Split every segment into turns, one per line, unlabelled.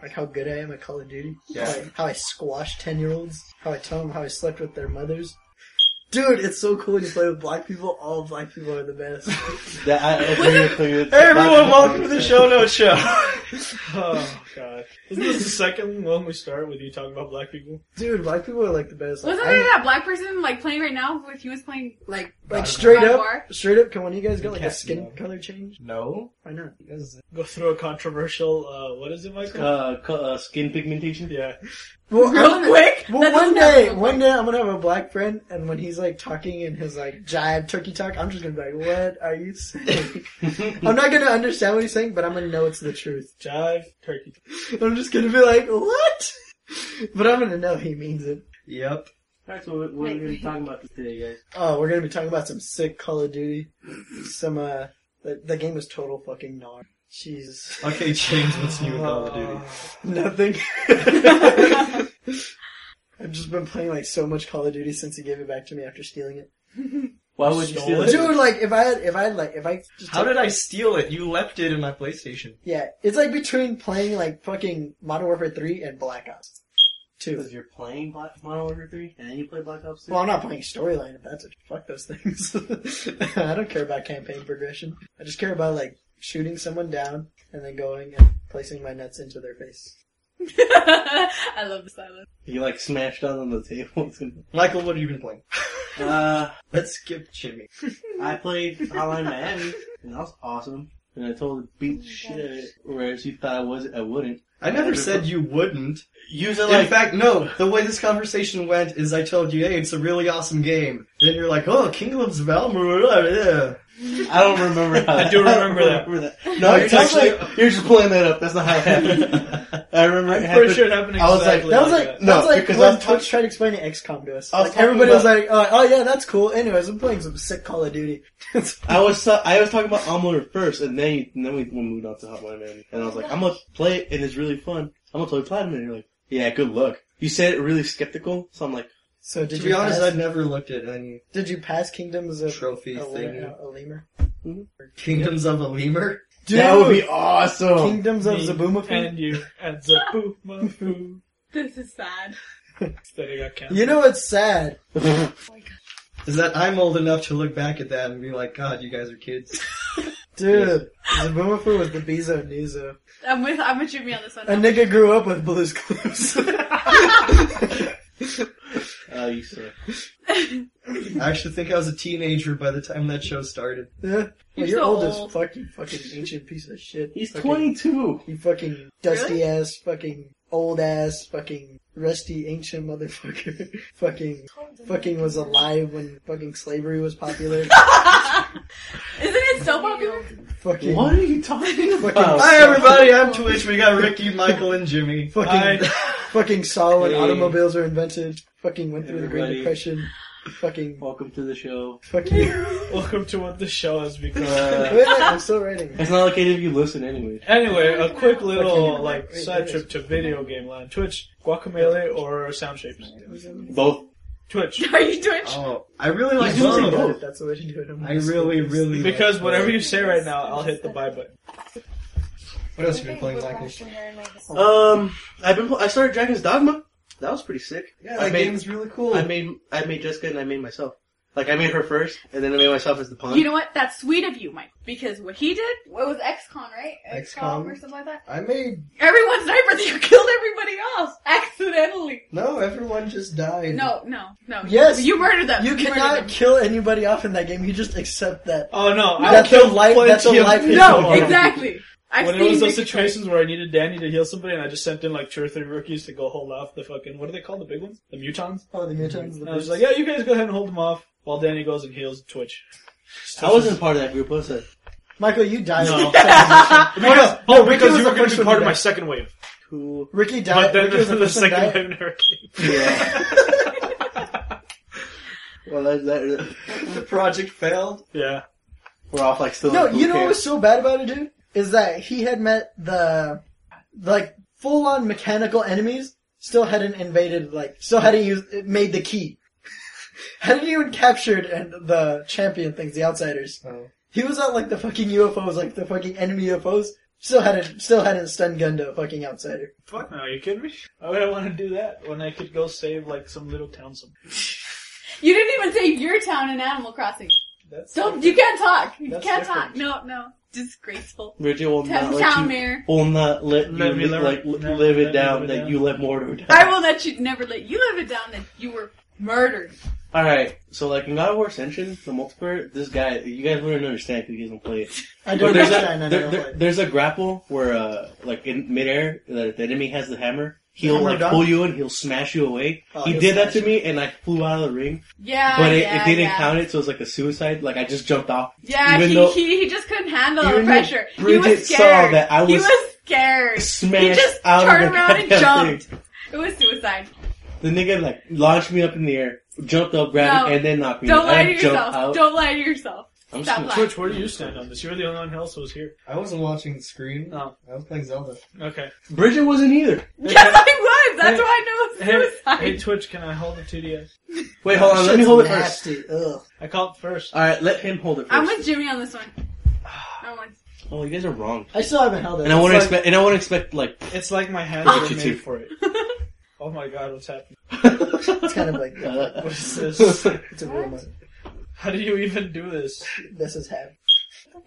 like how good I am at Call of Duty.
Yeah.
How I, how I squash ten year olds. How I tell them how I slept with their mothers. Dude, it's so cool when you play with black people. All black people are the best.
That, I agree with you.
Hey everyone, welcome to the Show Notes Show. oh god, isn't this the second one we start with you talking about black people?
Dude, black people are like the best. Like,
Wasn't
I'm-
there that black person like playing right now with humans playing like
like straight
Bar
up,
bar?
straight up. Can one of you guys
You
get like a
can't
skin
know.
color change?
No.
Why not?
Go through a controversial. Uh, what is it, Michael?
Uh, co- uh, skin pigmentation.
yeah,
Well,
real quick.
Well,
That
one
doesn't happen
day,
real
one day I'm gonna have a black friend, and when he's like talking in his like jive turkey talk, I'm just gonna be like, "What are you saying?" I'm not gonna understand what he's saying, but I'm gonna know it's the truth.
jive turkey.
I'm just gonna be like, "What?" But I'm gonna know he means it.
Yep. That's what, we- what we're going to be talking about today, guys.
Oh, we're gonna be talking about some sick Call of Duty. Some uh, the, the game is total fucking gnar. Jeez,
Okay, James, what's new in Call of Duty?
Uh, nothing. I've just been playing like so much Call of Duty since he gave it back to me after stealing it.
Why would you steal
Stolen?
it?
Dude, like if I had, if I had, like if I just
How did I steal it? You left it in my PlayStation.
Yeah, it's like between playing like fucking Modern Warfare 3 and Black Ops 2.
Because you're playing Black Modern Warfare 3 and then you play Black Ops 2?
Well, I'm not playing storyline if that's it. Fuck those things. I don't care about campaign progression. I just care about like shooting someone down and then going and placing my nuts into their face.
I love the silence.
you like smashed down on the table.
Michael, what have you been playing?
uh,
Let's skip Jimmy.
I played Hotline Miami and that was awesome. And I told her to beat the shit out of it, whereas you thought I was I wouldn't.
I never said you wouldn't.
Using
In
like
fact, no. The way this conversation went is I told you, hey, it's a really awesome game. Then you're like, oh, Kingdoms of Amalur.
I don't remember how
I do remember that.
remember that.
Yeah.
No,
No,
you're,
it's actually.
like, you're just pulling that up. That's not how it happened. I remember it
I'm
happened.
pretty sure it happened
I was like,
exactly.
That was like, that
No,
was like
because
when
I was
Twitch
talk-
tried to explain XCOM to us.
I was
Like
talking
everybody was like, oh, oh yeah, that's cool. Anyways, I'm playing some sick Call of Duty.
I was I was talking about Amalur first, and then you, and then we moved on to Hotline Miami, and I was like, I'm gonna play it, and it's really fun. I'm gonna play Platinum, and you're like, yeah, good luck. You said it really skeptical, so I'm like,
so did
To
you
be honest,
pass,
I've never looked at any
did you pass Kingdoms of Oh, uh,
trophy
a,
thing.
a, a lemur?
Kingdoms of a lemur.
that would be awesome.
Kingdoms of
Me
Zaboomafoo.
and you and Zaboomafoo.
This is sad.
that it got canceled.
You know what's sad?
Oh
Is that I'm old enough to look back at that and be like, God, you guys are kids.
Dude, Zaboomafoo was the Bezo Nuzo.
I'm with I'm with Jimmy on this one.
A nigga grew up with Blue's Clues.
Oh, you suck.
I actually think I was a teenager by the time that show started.
yeah.
You're
Well, you're
so
old,
old.
as fuck, you fucking ancient piece of shit.
He's
Fucking-
22.
You fucking dusty ass, fucking old ass, fucking rusty ancient motherfucker. fucking, fucking was alive when fucking slavery was popular.
Isn't it so popular?
fucking,
What are you talking
Fucking-
about?
Hi everybody, I'm Twitch. We got Ricky, Michael, and Jimmy.
I,
fucking, fucking saw when
Hey.
automobiles were invented. Fucking went through the Great
Everybody.
Depression. Fucking,
Welcome to the show.
fucking.
welcome to what the show has become.
Uh,
Wait, wait, I'm still writing.
it's not like any of you listen anyway.
Anyway, a quick
Fucking-
little like
wait,
side
wait.
trip to video game land. Twitch, Guacamole, or Sound Shapes.
Both.
Twitch,
Are you doing?
Oh, I really like
He's using
both.
both.
That's the way to do it. I'm
I
just-
really, really like
because
both.
whatever you say right now, I'll hit the buy button.
What else have you been playing, Michael?
Um, I've been. pl- I started Dragon's Dogma. That was pretty sick.
Yeah,
I
that
made-
game's really cool.
I made. I made Jessica and I made myself. Like I made her first, and then I made myself as the pawn.
You know what? That's sweet of you, Mike. Because what he did, what was XCon, right?
XCOM.
or something like that.
I made
Everyone sniper that you killed everybody else accidentally.
no. Everyone just died.
No, no, no.
Yes.
you murdered them.
You
murdered
cannot
them.
kill anybody off in that game. You just accept that.
Oh no, I
That's a
killed
life-
plenty
that's a
of
life
people.
No, exactly. I've
When
seen
it was those
Ricky
situations where I needed Danny to heal somebody, and I just sent in like two or three rookies to go hold off the fucking what are they called? The big ones, the mutons.
Oh, the mutants.
And I was just like, yeah, you guys go ahead and hold them off while Danny goes and heals Twitch.
I wasn't part of that group, was I?
Michael, you died.
No.
No,
Because,
no,
oh,
Ricky
because
was
you
the
were going
first
to be
one
part of
die.
my second wave.
Cool.
Ricky died.
But then
Ricky was
the,
the first one
second
died.
wave never came.
Yeah. well, that, that,
the project failed.
Yeah.
we're off like still.
No,
in
you know what
boot
was so bad about it, dude? Is that he had met the, like, full-on mechanical enemies, still hadn't invaded, like, still hadn't used, it made the key. hadn't even captured and the champion things, the outsiders.
Oh.
He was at, like, the fucking UFOs, like, the fucking enemy UFOs. Still hadn't, still hadn't stun gunned a fucking outsider.
Fuck no, you kidding me? Why would I want to do that when I could go save like some little town somewhere?
You didn't even save your town in Animal Crossing.
That's
Don't you can't talk. You
That's
can't
different.
talk. No, no. Disgraceful.
Virgil will not
Town,
let
town
you,
mayor.
will not let,
Let me
you li-
learn-
like li-
no,
live it
let me
down
live it
that
down.
you let Mordor down.
I will let you never let you live it down that you were murdered.
All right, so like in God of War Ascension, the multiplayer, this guy, you guys wouldn't understand because you guys don't play it.
I
But
don't
there's
understand.
a
I
there,
don't
there,
know.
there's a grapple where uh like in midair, the, the enemy has the hammer. He'll
Hammer
like
down?
pull you in, he'll smash you away.
Oh,
he
he'll
did
smash
that to
you.
me, and I flew out of the ring.
Yeah,
but it,
Ah, yeah,
it didn't
yeah.
count it, so it was like a suicide. Like I just jumped off.
Yeah,
Even
he,
though-
he he just couldn't handle the
even though
pressure. He
Bridget
was
saw
scared.
that I
he
was
was scared. He
smashed
just
out of
turned
the
around and
goddamn
jumped. It was suicide.
The nigga like launched me up in the air, jumped up, grabbed
No.
me, and then knocked me.
Don't
I
lie to
jumped
yourself.
out.
Don't lie to yourself.
I'm just
Stop
gonna-
lying.
Twitch, where do you stand on this? You're the only one else who was here.
I wasn't watching the screen.
No.
I was playing Zelda.
Okay.
Bridget wasn't either.
Yes, I was. That's
Hey,
why I know
Hey,
it's
hey,
suicide.
Twitch, can I hold the 2DS?
Wait, hold on. Let me
Oh, Shit's
hold it first.
nasty. Ugh.
I called first.
All right, let him hold it 1st
I'm with Jimmy on this one. I'm with-
oh, you guys are wrong.
I still haven't held it.
And I want to
like-
expect. And I want to expect like.
It's like my hands
Ah.
are
You too.
made for it. Oh my god, what's happening?
It's kind of like
What is this?
it's a real one.
How do you even do this?
This is happening.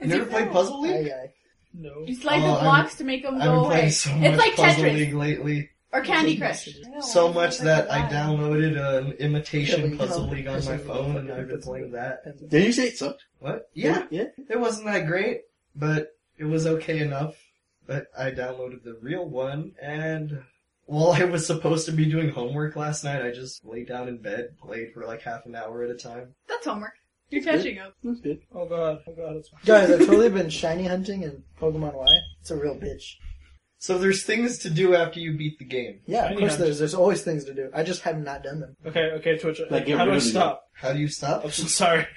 You never played Puzzle League?
Aye, aye.
No.
You slide
Oh,
the
I'm-
blocks to make them
I've
go
been
away.
playing so much
it's like
Puzzle
Tetris
League lately.
or Candy Crush.
messages.
So much that I downloaded an
Yeah, but
imitation
you
Puzzle
know,
League on my
Puzzle
phone
League,
and I've been playing that.
Did you say it sucked?
What? Yeah,
yeah.
it wasn't that great, but it was okay enough. But I downloaded the real one, and while I was supposed to be doing homework last night, I just laid down in bed, played for like half an hour at a time.
That's homework. You're
That's
catching up.
That's good.
Oh god, oh god, it's
Guys, I've totally been shiny hunting in Pokemon Y. It's a real bitch.
So there's things to do after you beat the game.
Yeah, of
Shiny
course
hunt.
there's there's always things to do. I just have not done them.
Okay, okay, Twitch.
Like, get
how do
rid
I
of the-
stop?
How do you stop?
I'm so sorry.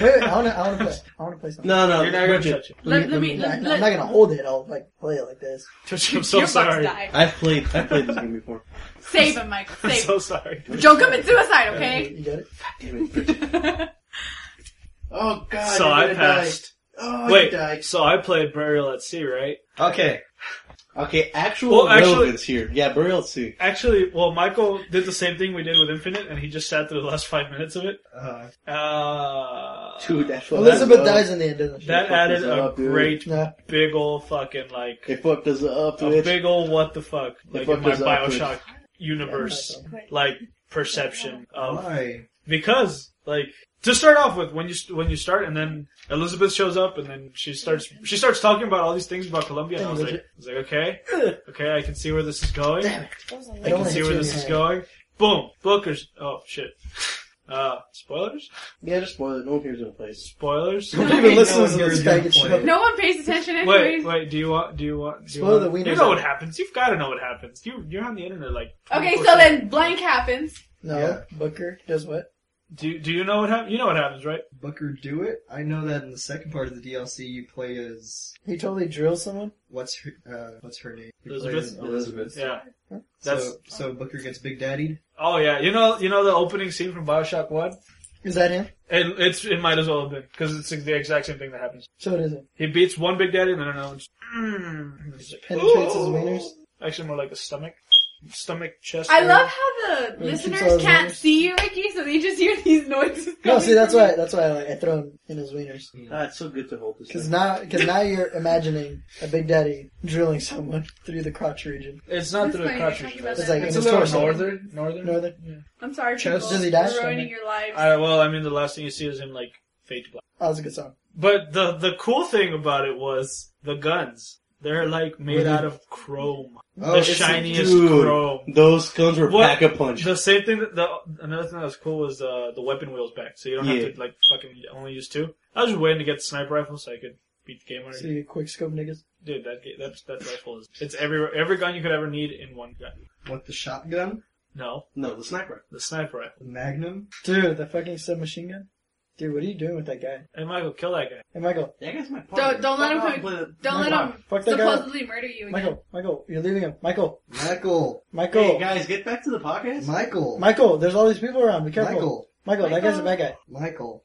Wait, wait, I want to I want to play I want to play something.
No, no.
You're not gonna
Bridget,
touch it.
Let, let me.
Yeah,
Let,
I'm
let,
not gonna hold it. I'll like play it like this.
Twitch, I'm so
your bucks
sorry.
die.
I've played. I've played this game before.
Save him, Mike.
I'm
Save. him.
so sorry.
Don't commit suicide, okay?
You get it?
Damn it, Bridget. Oh God.
so
you're
I
gonna
passed.
die. Oh, you
Wait,
died.
so I played Burial at Sea, right?
Okay,
Okay, actual
Well, actually-
relevance here. Yeah, burial at sea.
Actually, well, Michael did the same thing we did with Infinite, and he just sat through the last five minutes of it.
uh,
Uh,
Dude, that's what
Elizabeth
that's up.
dies in the end, doesn't she?
that
fucked
added
us
a
up, dude.
great
Nah.
big ol' fucking like
They fucked us up,
a
bitch.
big ol' what the fuck
They
like in
fucked
my
us up,
Bioshock
bitch.
universe
Yeah,
like perception
Um,
of
why?
because like to start off with when you when you start and then Elizabeth shows up and then she starts she starts talking about all these things about Colombia and I was like I was like okay okay I can see where this is going
Damn
I
it.
Wait.
I
can
wanna
see
hit you
where
in
this
the
is
head.
going boom bookers oh shit uh spoilers
Yeah, just spoil it. No one cares what plays.
spoilers
Nobody
Okay,
even listens
no
to
one
this
hears you
package
play.
show.
No one pays attention anyways.
wait wait do you want do you want do you,
Spoil
want,
the
you
wieners
know
out.
what happens you've got to know what happens you you're on the internet like
Okay, so
24/7.
then blank happens.
No,
Yeah.
Booker does what?
do do you know what happens you know what happens right
Booker do it? I know that in the second part of the DLC, you play as
He totally drills someone.
what's her uh, what's her name? You play
Elizabeth?
as Elizabeth.
yeah
Huh?
that's
So, so Booker gets Big Daddied.
oh yeah you know you know the opening scene from Bioshock One
Is that him?
It, it's it might as well have been because it's the exact same thing that happens.
So it isn't.
He beats one Big Daddy and then another one's. Mm. He's like,
Penetrates
"Ooh."
his wieners.
Actually, more like a stomach, stomach chest.
I
area.
love how the
Yeah, keeps all
listeners
his
can't
letters.
see you, Ricky, so they just hear these noises.
No,
coming
see that's
from
why
you.
that's why I like I throw him in his wieners.
Ah, it's so good to hold this.
Because
thing.
now, because now you're imagining a Big Daddy drilling someone through the crotch region.
It's not
That's
through the
why
crotch.
you're
region.
talking about
It's like
that.
it's
in
a
his torso.
little northern, northern,
Northern.
I'm sorry,
Chest.
people.
Does he dash?
You're ruining your lives.
All right, well, I mean, the last thing you see is him like fade to black.
Oh, that's a good song.
But the the cool thing about it was the guns. They're like made
Really?
out of chrome,
Oh,
the
it's-
shiniest
dude.
chrome.
Those guns were
What?
pack a punch.
The same thing that the another thing that was cool was uh, the the weapon wheels back, so you don't
Yeah.
have to like fucking only use two. I was just waiting to get the sniper rifle so I could beat the game
So
already.
you quick scope niggas.
Dude, that ga- that that rifle is it's every every gun you could ever need in one gun.
What the shotgun?
No,
No, the sniper.
the sniper rifle.
The Magnum?
Dude, the fucking submachine gun. Dude, what are you doing with that guy?
Hey Michael, kill that guy.
Hey, Michael.
That guy's my
partner. don't let him Fuck off, play Don't let
Michael,
him
fuck that guy up.
supposedly murder you again.
Michael, Michael, you're leaving him. Michael,
Michael.
Michael,
guys, get back to the podcast.
Michael.
Michael. There's all these people around. Be careful,
Michael.
Michael, that guy's a bad guy.
Michael.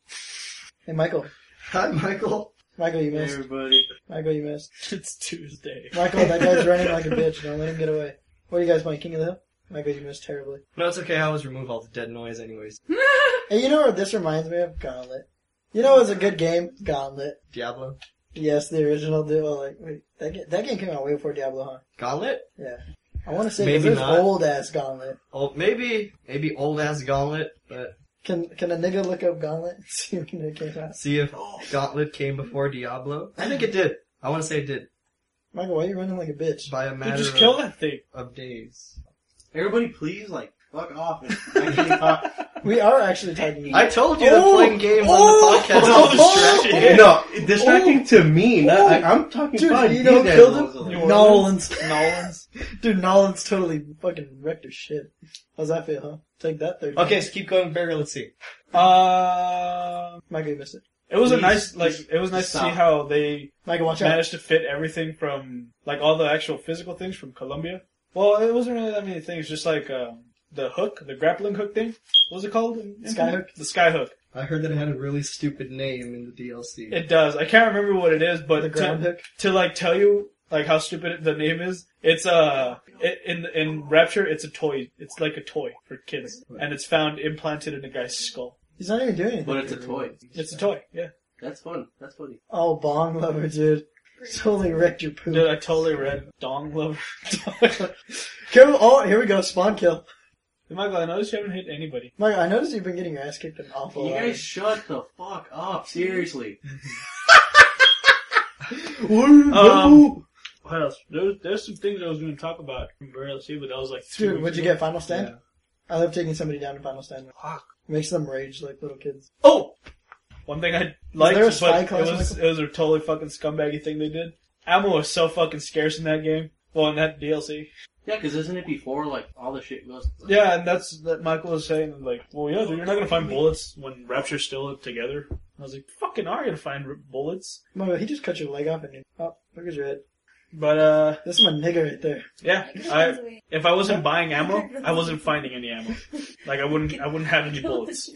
Hey, Michael.
Hi, Michael.
Michael, you
Hey,
missed.
everybody.
Michael, you missed.
It's Tuesday.
Michael, that guy's running like a bitch. Don't let him get away. What are you guys playing? King of the Hill? Michael, you missed terribly.
No, it's okay. I always remove all the dead noise, anyways.
Hey, you know what this reminds me of? Gauntlet. You know it's a good game? Gauntlet.
Diablo.
Yes, the original Diablo. Like, wait, that, game, that game came out way before Diablo, huh?
Gauntlet?
I want to say 'cause
Maybe
there's
not.
old ass Gauntlet.
Oh, maybe, maybe old ass Gauntlet, but
Can can a nigga look up Gauntlet and see when it came out?
see if
Oh,
Gauntlet came before Diablo. I think it did. I want to say it did.
Michael, why are you running like a bitch?
By a matter
Dude, just
of,
kill that thing.
of days.
Everybody, please, like, fuck off. It's 1985.
We are actually talking.
I told you that
Oh!
playing games
Oh!
on the podcast is
Oh!
distracting.
Yeah.
No, distracting to me. Not,
Oh.
I, I'm talking
Dude,
about
you know who
these
killed
animals.
him?
Like,
New
Nolan's.
Nolan's.
Dude, Nolan's totally fucking wrecked her shit. How's that feel, huh? Take that third.
Okay, so keep going, Barry. Let's see.
Um,
Michael, you missed it.
it was a
Please,
nice, like,
just
it was nice to see
stop.
how they
Michael, watch out.
managed to fit everything from like all the actual physical things from Colombia. Well, it wasn't really that many things. Just like um, the hook, the grappling hook thing. What was it called? in- in-
Skyhook?
The sky hook.
I heard that it had a really stupid name in the DLC.
It does. I can't remember what it is, but
The
to,
ground hook.
to like tell you like how stupid the name is, it's uh i in in Rapture, it's a toy. It's like a toy for kids, and it's found implanted in a guy's skull.
He's not even doing anything.
But it's a toy.
It's a toy. Yeah,
That's fun. That's funny.
Oh, bong lover, dude. Totally wrecked your poop.
dude, I totally read Dong Lover. Michael,
Kill, oh, here we go. Spawn kill.
I noticed you haven't hit anybody.
Michael, I noticed you've been getting your ass kicked an awful
You
lot.
guys shut the fuck up. Seriously.
Um, what else? There's, there's some things I was going to talk about from RLC, but that was like three
Dude,
weeks
what'd you
ago.
get? Final stand?
Yeah.
I love taking somebody down to final stand.
Fuck.
Makes them rage like little kids.
Oh, one thing I liked,
there a spy
but
class,
it was
Michael?
it was a totally fucking scumbaggy thing they did. Ammo was so fucking scarce in that game. Well, in that DLC.
Yeah, because isn't it before like all the shit goes?
Yeah, and that's that Michael was saying like, well, yeah, dude, you're not gonna find bullets when Rapture's still together. I was like, fucking are you gonna find r- bullets?
Michael, he just cut your leg off and you, oh, look at your head.
But uh,
This is my nigga right there.
yeah, I if I wasn't buying ammo, I wasn't finding any ammo. Like I wouldn't I wouldn't have any bullets.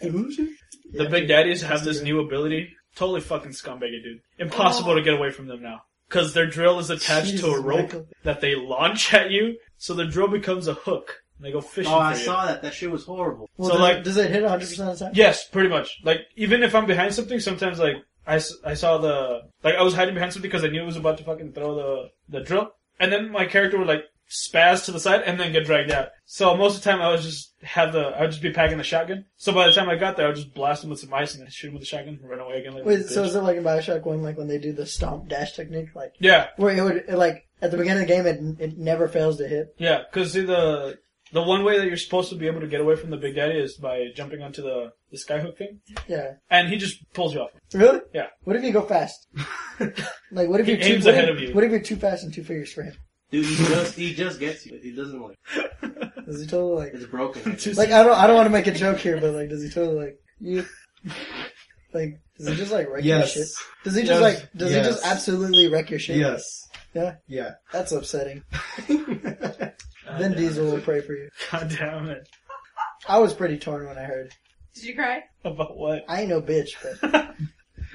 Who's he?
The Big Daddies have this new ability. Totally fucking scumbaggy, dude. Impossible to get away from them now. Cause their drill is attached
Oh. Jesus,
to a rope
Michael.
that they launch at you, so the drill becomes a hook. And they go fishing
Oh, I
for you.
saw that. That shit was horrible.
Well,
So,
does,
like-
it, does it hit 100% of the time?
Yes, pretty much. Like, even if I'm behind something, sometimes, like, I, s- I saw the, like, I was hiding behind something because I knew it was about to fucking throw the, the drill. And then my character would, like, spaz to the side and then get dragged out. So most of the time I was just have the, I would just be packing the shotgun. So by the time I got there, I would just blast him with some ice and then shoot him with the shotgun and run away again. Like, a
Wait, so
bitch.
is it like in Bioshock 1, like when they do the stomp dash technique? Like,
yeah,
where it would, it, like, at the beginning of the game, it, it never fails to hit.
yeah, cause see the, the one way that you're supposed to be able to get away from the Big Daddy is by jumping onto the, the skyhook thing.
Yeah.
And he just pulls you off.
Really?
Yeah.
What if you go fast? like, what if
He
you're too,
aims
what
ahead
if-
of you.
What if you're too fast and too figures for him?
Dude, he just he just gets you. He doesn't like.
Does he totally like?
It's broken.
Like I don't I don't want to make a joke here, but like does he totally like you like does he just like wreck
Yes.
your shit? Does he
Yes.
just like does he
Yes.
just absolutely wreck your shit?
Yes.
Yeah?
Yeah.
That's upsetting. Then Diesel will pray for you.
God damn it.
I was pretty torn when I heard.
Did you cry?
About what?
I ain't no bitch, but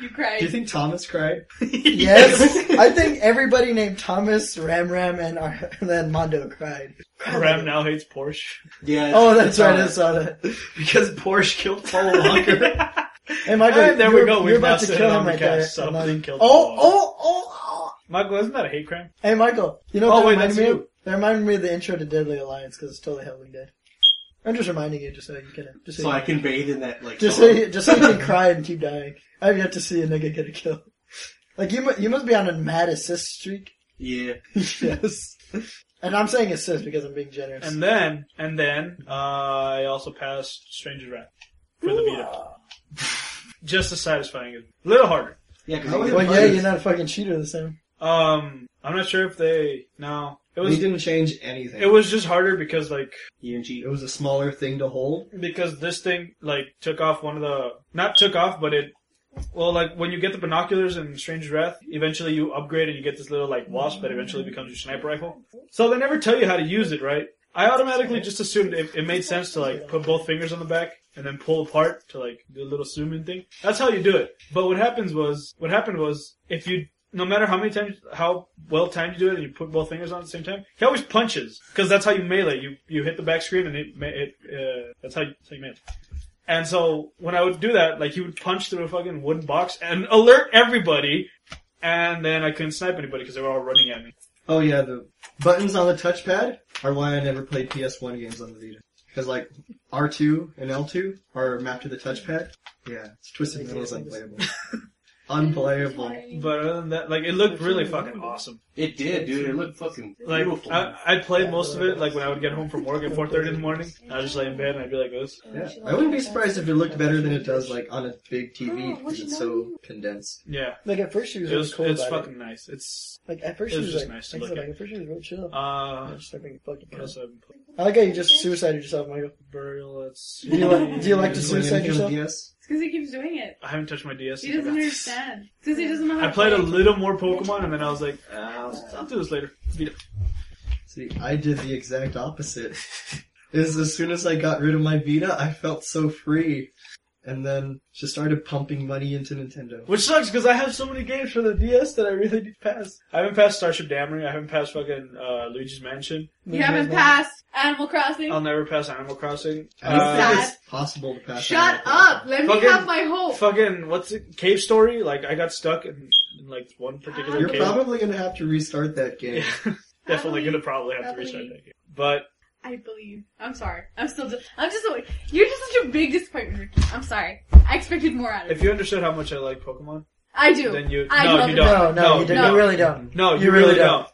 You cried.
Do you think Thomas cried?
yes, I think everybody named Thomas, Ram Ram, and, our, and then Mondo cried.
Ram now hates Porsche.
Yeah.
Oh, that's right. I
It's,
saw that.
Because Porsche killed Paul Walker.
Hey, Michael,
Alright, there we
you're-
go.
You're
We've now
about to
said
kill
it
him
on the
right there.
cast, so
I'm not-
please kill
oh,
Paul.
oh, oh, oh.
Michael, isn't that a hate crime?
Hey, Michael, you know
Oh,
what that
wait,
reminded
that's
me
you.
of? That reminded me of the intro to Deadly Alliance because it's totally Howling Dead. I'm just reminding you just so you can, just so,
so
you,
I can bathe in that like.
just so you, just so you can cry and keep dying. I've yet to see a nigga get a kill. Like you, mu- you must be on a mad assist streak.
yeah.
yes. And I'm saying assist because I'm being generous.
And then, and then, uh, I also passed Stranger's Wrath for the Vita. Just as satisfying. as- A little harder.
Yeah. Cause
How
he
was
well,
gets
yeah,
punished.
you're not a fucking cheater this time.
Um, I'm not sure if they, no. It
he
was,
didn't change anything.
it was just harder because like,
He didn't cheat.
It was a smaller thing to hold.
because this thing like took off one of the not took off but it well like when you get the binoculars in strange wrath eventually you upgrade and you get this little like wasp that eventually becomes your sniper rifle so they never tell you how to use it right i automatically just assumed it, it made sense to like put both fingers on the back and then pull apart to like do a little zooming thing. That's how you do it. But what happens was, what happened was, if you, no matter how many times, how well timed you do it, and you put both fingers on at the same time, he always punches because that's how you melee. You you hit the back screen and it ma- it uh, that's how you, that's how you melee. And so when I would do that, like he would punch through a fucking wooden box and alert everybody, and then I couldn't snipe anybody because they were all running at me.
Oh yeah, the buttons on the touchpad are why I never played PS1 games on the Vita. Because like R2 and L2 are mapped to the touchpad. Yeah, it's Twisted Metal is unplayable. unplayable.
But other than that, like it looked really fucking awesome.
It did, dude. It looked fucking
Like
beautiful.
I, I played most of it. Like when I would get home from work at four thirty in the morning, I would just lay in bed and I'd be like this.
Yeah, I wouldn't be surprised if it looked better than it does like on a
Oh,
big TV because it's so condensed.
Yeah,
Like at first she was
it was,
really cool
it's
about
fucking nice. It's
it. Like at first
it
she
was
was,
just
like,
nice to
like, I
look
said,
at.
like, at first she was real chill.
uh,
I just started being fucking
what
pissed.
else I've been playing?
I like how you just suicided yourself, Michael.
Burial. Let's.
Do you like- do you like to
Is
see?
there
suicide
anything
yourself?
on DS?
It's because he keeps doing it.
I haven't touched my DS.
He
since I
doesn't
got this.
understand. Because he doesn't know how
I
to
played a
play.
little more Pokemon and then I was like, uh, I'll, I'll do this later. Beat it.
See, I did the exact opposite. Is as soon as I got rid of my Vita, I felt so free, and then just started pumping money into
Uh,
Nintendo.
Which sucks because I have so many games for the DS that I really need to pass. I haven't passed Starship Damry. I haven't passed fucking uh, Luigi's Mansion.
You haven't passed Animal Crossing.
I'll never pass Animal Crossing.
I don't
Uh,
think
Sad.
it's possible to pass.
Shut
that
up! Let me
Fucking-
have my hope.
fucking what's it? Cave Story. Like I got stuck in, in like one particular
You're
cave.
probably gonna have to restart that game.
Yeah, definitely gonna probably have
Probably.
to restart that game. But
I believe. I'm sorry. I'm still. Just, I'm just. a- You're just such a big disappointment, Ricky. I'm sorry. I expected more out of
if
you.
you understood how much I like Pokemon,
I do.
then you
I
no
love
you
it.
No, no,
don't
you, didn't.
no.
you really don't.
no
You really
don't.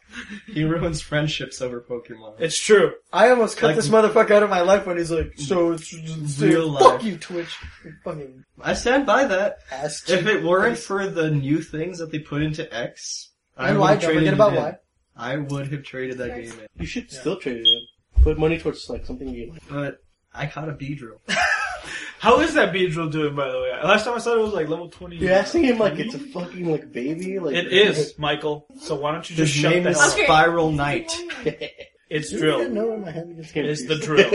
He ruins friendships over Pokemon.
It's true.
I almost cut
Like-
this motherfucker out of my life when he's like, so it's just
Real
Fuck
life.
you, Twitch. You fucking
I stand by that.
ass.
If it weren't for the new things that they put into X, I
and
would
why?
have
Don't
traded
forget
it
about
in.
why.
I would have traded that game in,
you should
Yeah.
still trade it. in. Put money towards like something you like.
but I caught a Beedrill.
How is that Beedrill doing by the way? Last time I saw it, it was like level twenty.
You're asking him like it's a fucking like baby. Like
It is Michael. So why don't you just
His
shut
name
the
is
hell up?
Okay.
Spiral Knight.
It's
You
drill.
didn't know where my hand was.
It is the drill.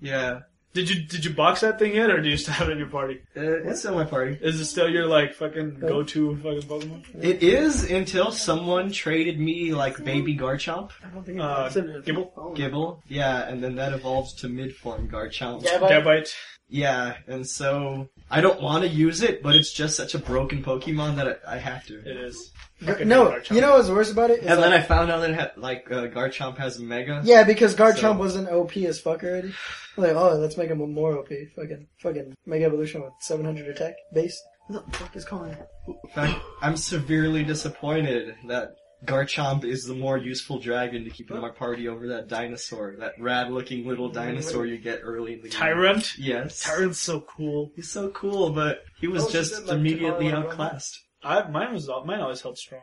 Yeah,
Did you did you box that thing yet, or do you still have it in your party?
Uh, it's still my party.
Is it still your like fucking go to fucking Pokemon?
It is until someone traded me like baby Garchomp,
I don't think
Uh,
it's in
Gibble?
Gibble. Yeah, and then that evolves to mid-form Garchomp.
Yeah, but
Gabite.
Yeah, and so I don't want to use it, but it's just such a broken Pokemon that I, I have to.
It is.
Gar- no, you know what's worse about it? It's
and then I
like-
found out that it had, like uh, Garchomp has Mega.
yeah, because Garchomp
So-
wasn't OP as fuck already. Like, oh, let's make him a more OP. Fucking, fucking Mega Evolution with 700 attack base. What the fuck is calling it?
In fact, I'm severely disappointed that Garchomp is the more useful dragon to keep in my party over that dinosaur, that rad-looking little dinosaur you get early in the game.
Tyrant.
Yes.
Tyrant's so cool.
He's so cool, but he was
Oh, she
just
said, like,
immediately
tomorrow I run.
outclassed.
I mine was al- mine always held strong.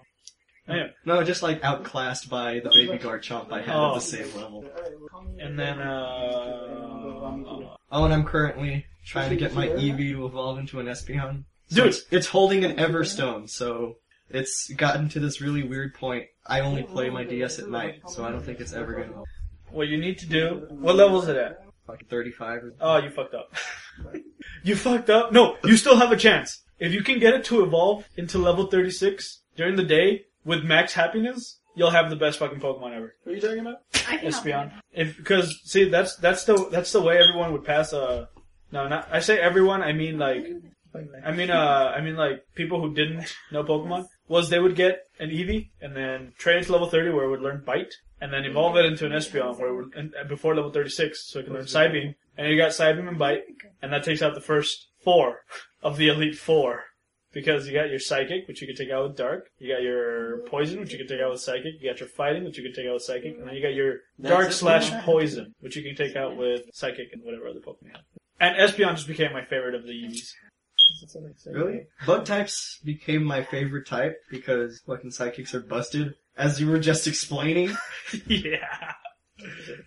Anyway,
No, just like outclassed by
Oh,
the baby Garchomp I had at
Oh.
the same level.
and then uh,
Oh, and I'm currently trying to get my Eevee to evolve into an Espeon. So
Dude.
it's, it's holding an Everstone, so it's gotten to this really weird point. I only play
Oh,
my DS at night, so I don't think it's ever gonna
what you need to do. What level is it at?
like 35 or
Oh, you fucked up. you fucked up. No, you still have a chance. If you can get it to evolve into level 36 during the day with max happiness, you'll have the best fucking Pokemon ever.
Who are you talking about?
I can help
Espeon.
you.
If because see that's that's the that's the way everyone would pass uh no not I say everyone I mean like I mean uh I mean like people who didn't know Pokemon was they would get an Eevee and then train it to level 30 where it would learn Bite and then evolve it into an Espeon where it would and, and before level 36 so it can learn Side Beam and you got Side Beam and Bite and that takes out the first four of the elite four. Because you got your psychic, which you can take out with dark. You got your poison, which you can take out with psychic. You got your fighting, which you can take out with psychic. And then you got your
That's
dark
it.
slash poison, which you can take out with psychic and whatever other Pokemon. you have. And Espeon just became my favorite of the Eevees.
Really? Bug types became my favorite type because fucking psychics are busted, as you were just explaining.
yeah.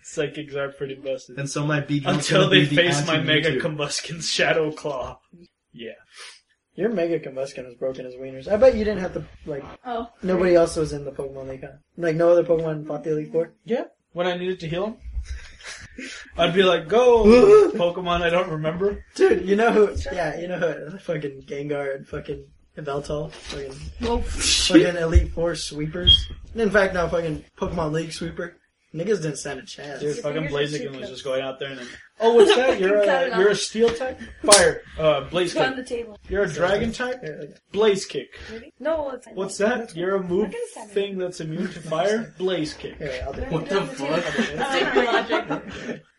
Psychics are pretty busted.
And so my beat
Until they
be
face my Mega
anti-Mewtwo.
Combustion's Shadow Claw. Yeah.
Your Mega Combustion is broken as wieners. I bet you didn't have to, like,
Oh,
nobody else was in the Pokemon League, huh? Like, no other Pokemon fought the Elite Four?
Yeah. When I needed to heal him. I'd be like, go Pokemon I don't remember.
Dude, you know who? Yeah, you know who? it is. Fucking Gengar and fucking Veltal. Fucking,
Well,
fucking Elite Four sweepers. And in fact, no, fucking Pokemon League sweeper. Niggas didn't stand a chance.
Dude,
Dude,
fucking
fingers are too
Blaziken was
cut.
just going out there and then, oh, what's that? You're
Cut it
a
off.
you're a steel type, fire, uh, blaze
put on
kick.
the table.
You're a dragon type,
Yeah, like-
blaze kick.
Ready? No, it's fine.
What's that? You're a move
Look inside.
thing that's immune to fire, blaze kick.
here, I'll do it.
What the fuck?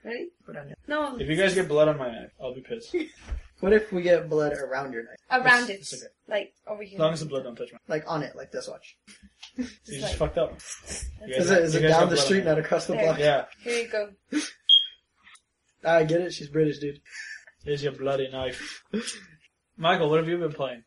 Ready?
Put on it.
No,
If you guys get blood on my eye, I'll be pissed. As
What if we get blood around your neck?
around it.
It's- it's okay.
Like, over here.
long as the blood don't touch my
Like on it, like this watch.
eye. You
Just
just
like-
fucked up. You guys-
Is it, is
you
it
guys
down
got
the
blood
street,
on
not across the
There.
block? Ah,
your- Yeah.
Here you go.
I get it, she's British, dude.
Here's your bloody knife. Michael, what have you been playing?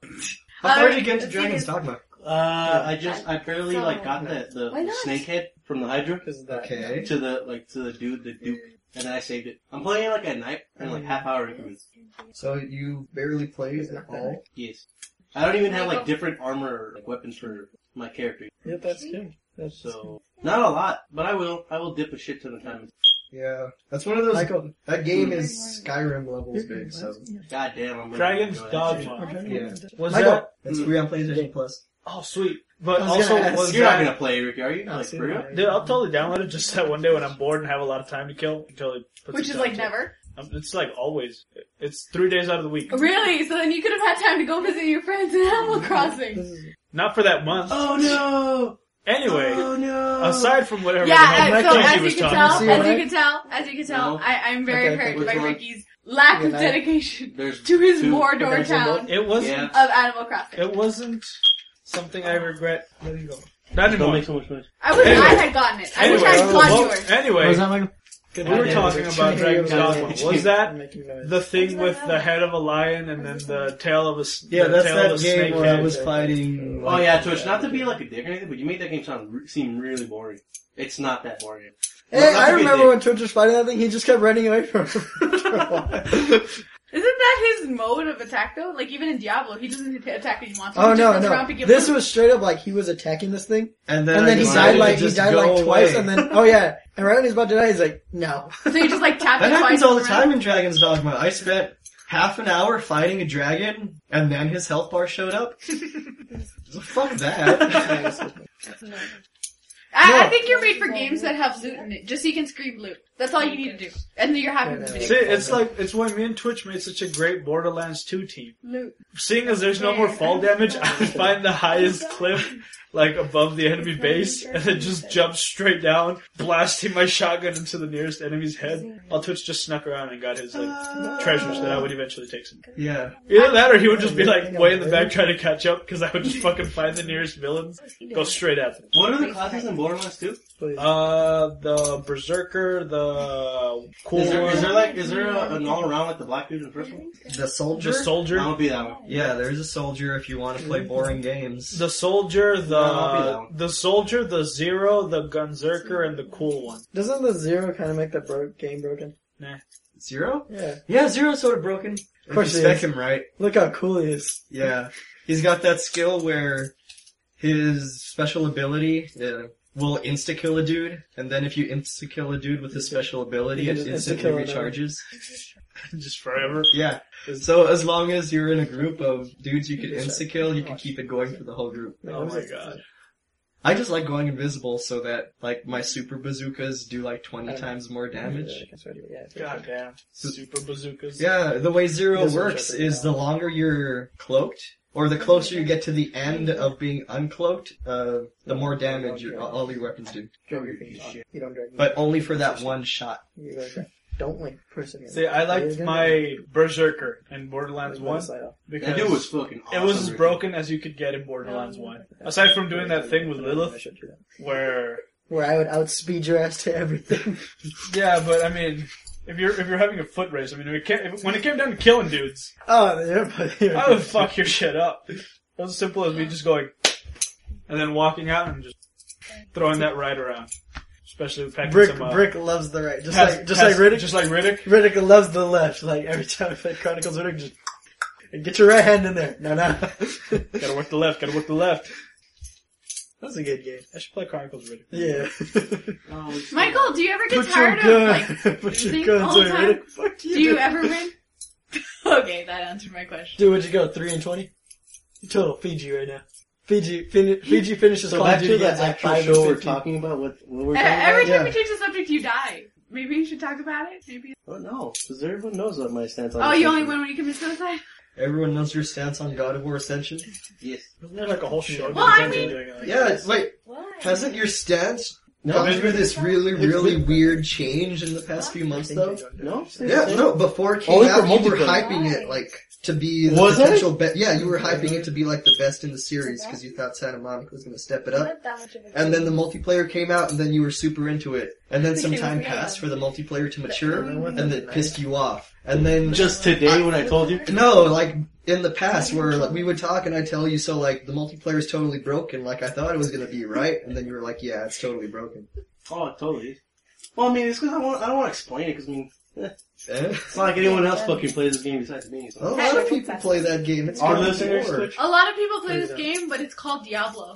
How far
Alright,
did
Uh,
you get to
let's
Dragon's
see
Dogma?
Uh, I just, I barely
So-
like got the, the
Why not?
snake head from the Hydra
Because
Okay.
to the, like, to the dude, the dupe, and then I saved it. I'm playing it like at night, and like half hour increments.
So you barely played at all?
Yes. I don't even have like different armor, or, like weapons for my character.
Yeah, that's good. That's
So, not a lot, but I will. I will dip a shit ton of time.
Yeah. That's one of those.
Michael.
that game is Skyrim levels big, so.
God damn, I'm
Dragon's
dog.
Dogma.
Yeah.
Oh, Was
Michael.
that?
It's free on PlayStation Plus.
Oh, sweet. But
I was
also,
gonna ask.
was
You're not
that?
gonna play, Ricky, are you?
No,
like,
see,
for real?
no.
Dude, I'll totally download it just that one day when I'm bored and have a lot of time to kill. Totally put
Which
some
is
time
like
to it.
never.
Um, It's like always. It's three days out of the week.
Really? So then you could have had time to go visit your friends in Animal Crossing.
This is-
Not for that month.
Oh no!
Anyway,
Oh no!
aside from whatever the
Yeah,
hell
and
Michael
so
Jackson
as
Mikey
you
was
can
talking
tell,
See
about.
what
as you
I-
can tell, as you can tell,
No.
I, I'm very
Okay,
hurt
which
by
one?
Ricky's lack of
Unite.
dedication
There's
to his
two-
Mordor
There's a
town
lot.
of
It wasn't.
Yeah.
Animal Crossing.
It wasn't something I regret letting go. Not
Don't
anymore.
make so much noise.
I wish
Anyway.
I had gotten it. I
Anyway,
wish I had gotten
well,
yours.
anyway,
What was that, Michael? Good
we were
idea.
talking about Dragon's Dogma. Was that
Making noise.
the thing with the head of a lion and then the tail of a s-
Yeah,
the
that's
tail
that
of a
game
snake
where I
head?
was fighting.
Oh yeah, Twitch. Not to be like a dick or anything, but you made that game sound re- seem really boring. It's not that boring.
Hey, I remember when Twitch was fighting that thing, he just kept running away from him.
Isn't that his mode of attack though? Like even in Diablo, he doesn't attack when he wants to.
oh
he
no,
just runs
no.
around picking up
This
loot.
was straight up like he was attacking this thing,
And then,
and then
I
he
decided
died
to
like, he
just
died
go
like twice,
away.
and then, oh yeah, and right when he's about to die, he's like, no.
so you just like tap
That
it
happens
twice
all the
around.
time in Dragon's Dogma. I spent half an hour fighting a dragon, and then his health bar showed up. So Fuck that.
I, I
No.
think you're made for games that have loot in it, just so you can scream loot. That's all you need to do, and then you're happy with the
Yeah.
See,
video.
it's like it's why me and Twitch made such a great Borderlands 2 team.
Loot.
Seeing as there's no more fall damage, I would find the highest cliff, like above the enemy base, and then just jump straight down, blasting my shotgun into the nearest enemy's head. While Twitch just snuck around and got his like treasures that I would eventually take some.
yeah.
Either that, or he would just be like way in the back trying to catch up because I would just fucking find the nearest villains, go straight at them.
What are the classes in Borderlands 2?
Uh, the berserker, the cool
Is there, is there
one,
like is there a, an all around like the black dude in the first one?
The soldier.
the soldier.
I won't be that one.
yeah, there's a soldier if you want to play boring games.
The soldier, the
No, I'll be that one.
the soldier, the zero, the gunzerker, and the cool one.
Doesn't the zero kind of make the bro- game broken?
Zero?
Yeah.
Yeah, Zero's sort of broken. Of
course
course,
he
spec
is.
him right.
Look how cool he is.
Yeah. He's got that skill where his special ability uh, will insta kill a dude, and then if you insta kill a dude with his special ability,
You
it
can just
instantly
insta-kill another.
recharges.
Just forever.
Yeah. So as long as you're in a group of dudes you could insta kill, you can keep it going for the whole group.
Like,
Oh
what
my
was it?
god.
I just like going invisible so that like my super bazookas do like
I
20
don't
times more damage.
Yeah, it's
God damn.
So-
Super bazookas.
Yeah, the way zero
This one's
works
everything
is
now.
the longer you're cloaked, or the closer you get to the end of being uncloaked, uh, the more damage your, all your weapons do.
Drag your feet off. You don't drag me.
But only for that one shot.
You go drag- Don't link person.
See, I liked my berserker in Borderlands One
That
because
dude was fucking
it
awesome.
was as
Ricky.
broken as you could get in Borderlands One. Aside from doing that thing with Lilith, where
Where I would outspeed your ass to everything.
yeah, but I mean. If you're if you're having a foot race, I mean, if it came, if, when it came down to killing dudes,
Oh, yeah, but-
I would fuck your shit up. It was as simple as me just going and then walking out and just throwing that right around, especially with packing
Brick,
some uh,
Brick loves the right. Just
Pass-
like, just
pass-
like Riddick.
Just like Riddick.
Riddick loves the left. Like, every time I play Chronicles Riddick, just, get your right hand in there. No, no.
Gotta work the left. Gotta work the left.
That's a good game.
I should play Chronicles of Riddick.
Yeah.
Oh, shit.
Michael, do you ever get
Put your
tired of like?
gun. Put your
losing
guns
all the
away.
time?
Fuck you.
Do you
dude.
ever win? okay, that answered my question.
Dude, what'd you go? Three and twenty. Total Fiji right now. Fiji, fin- Fiji finishes
So
Call of
back
Duty
to that
at like
actual
five
show we're
fifty.
talking about. What, what we're
E-
talking about?
Every time
yeah.
we change the subject, you die. Maybe you should talk about it. Maybe.
Oh no, because everyone knows what my stance on.
Oh,
this
you
is.
only win when you commit suicide.
Everyone knows your stance on God of War Ascension?
Yes.
Wasn't there like a whole show?
Well, I mean-
doing it like
Yeah, it's- wait,
What?
hasn't your stance
No,
gone
maybe-
through this really,
It's
really
been-
weird change in the past few months though?
No.
Yeah, no, before it came
Only for
out, you were
multiplayer.
hyping it like to be the
Was
potential best. Yeah, you were hyping it to be like the best in the series because you thought Santa Monica was going to step it up. And then the multiplayer came out, and then you were super into it. And then some time passed for the multiplayer to mature, and it pissed you off. And then
Just today when I told you.
no, like in the past where like, we would talk, and I tell you, so like the multiplayer is totally broken, like I thought it was going to be, right? And then you were like, yeah, it's totally broken.
Oh, it totally. is. Well, I mean, it's because I want. I don't want to explain it because I mean,
Eh?
it's not like anyone else fucking plays this game besides me.
A
So.
lot of people play that game. It's
Our
God of
listeners
War.
switch.
A lot of people play
There
this
you go.
game, but it's called Diablo.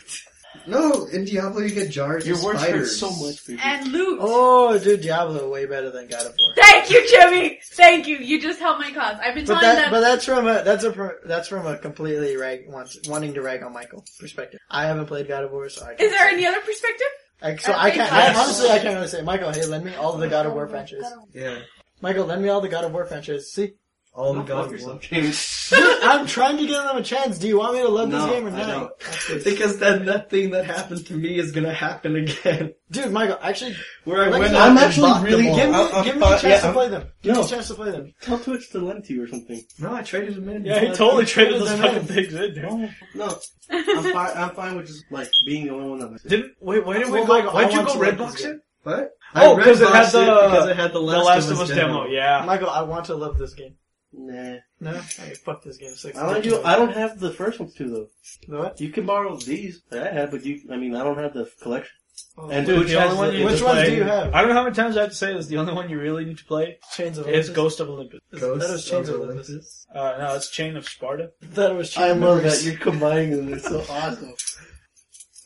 No, in Diablo you get jars
Your
of
words hurt
spiders.
so much. For
And loot.
Oh, dude, Diablo way better than God of War.
Thank you, Jimmy. Thank you. You just helped my cause. I've been
But
telling
that, but
them.
that's from a that's a per- that's from a completely rag wants, wanting to rag on Michael perspective. I haven't played God of War, so I can't
Is there
say.
any other perspective?
I, so
I
I
think-
can't. I, honestly, I can't really say. Michael, hey, lend me all the God of War franchises.
Yeah,
Michael, lend me all the God of War franchises. See,
all the
Don't
God
fuck
of War.
yourself, Oh, James.
Dude, I'm trying to give them a chance. Do you want me to love
No,
this game or
I
not?
don't.
That's good.
Because then that thing that happened to me is gonna happen again.
Dude, Michael, actually,
Where I
Like,
went
I'm
out and
actually
bought them
really
all.
give me,
I'm- I'm
give me a
fine,
chance
Oh, yeah,
to
I'm-
play them. Give me
No.
a chance to play them.
Tell Twitch to lend to you or something.
No, I traded him in.
Yeah, he totally traded
What
those
does that
fucking
mean?
things in, dude.
No, no, I'm fine. I'm fine with just like being the only one that likes it.
Didn't wait? Why didn't
Well,
we go?
Michael, I
Why'd you
want
go
to like
red box
this
it?
What?
Oh,
I
'cause it had
red-boxed
the-
because it had the
The
Last,
Last of Us demo. Yeah.
Michael, I want to love this game.
Nah,
No? Okay, fuck this game. Six.
I don't do. I don't have the first ones too though.
The what?
You can borrow these that I have, but you. I mean, I don't have the collection.
Oh,
And
Dude,
Twitch
the only
has
one
the-
you
Which
need to
ones
play-
do you have?
I don't know how many times I have to say this. The only one you really need to play
Chains of
is
Olympus?
Ghost of Olympus.
Ghost
that is Chains
of
of Olympus.
Olympus.
Uh, no, it's Chain of Sparta.
I thought it was Chains
I
of
love
Memories.
that you're combining them. It's so awesome.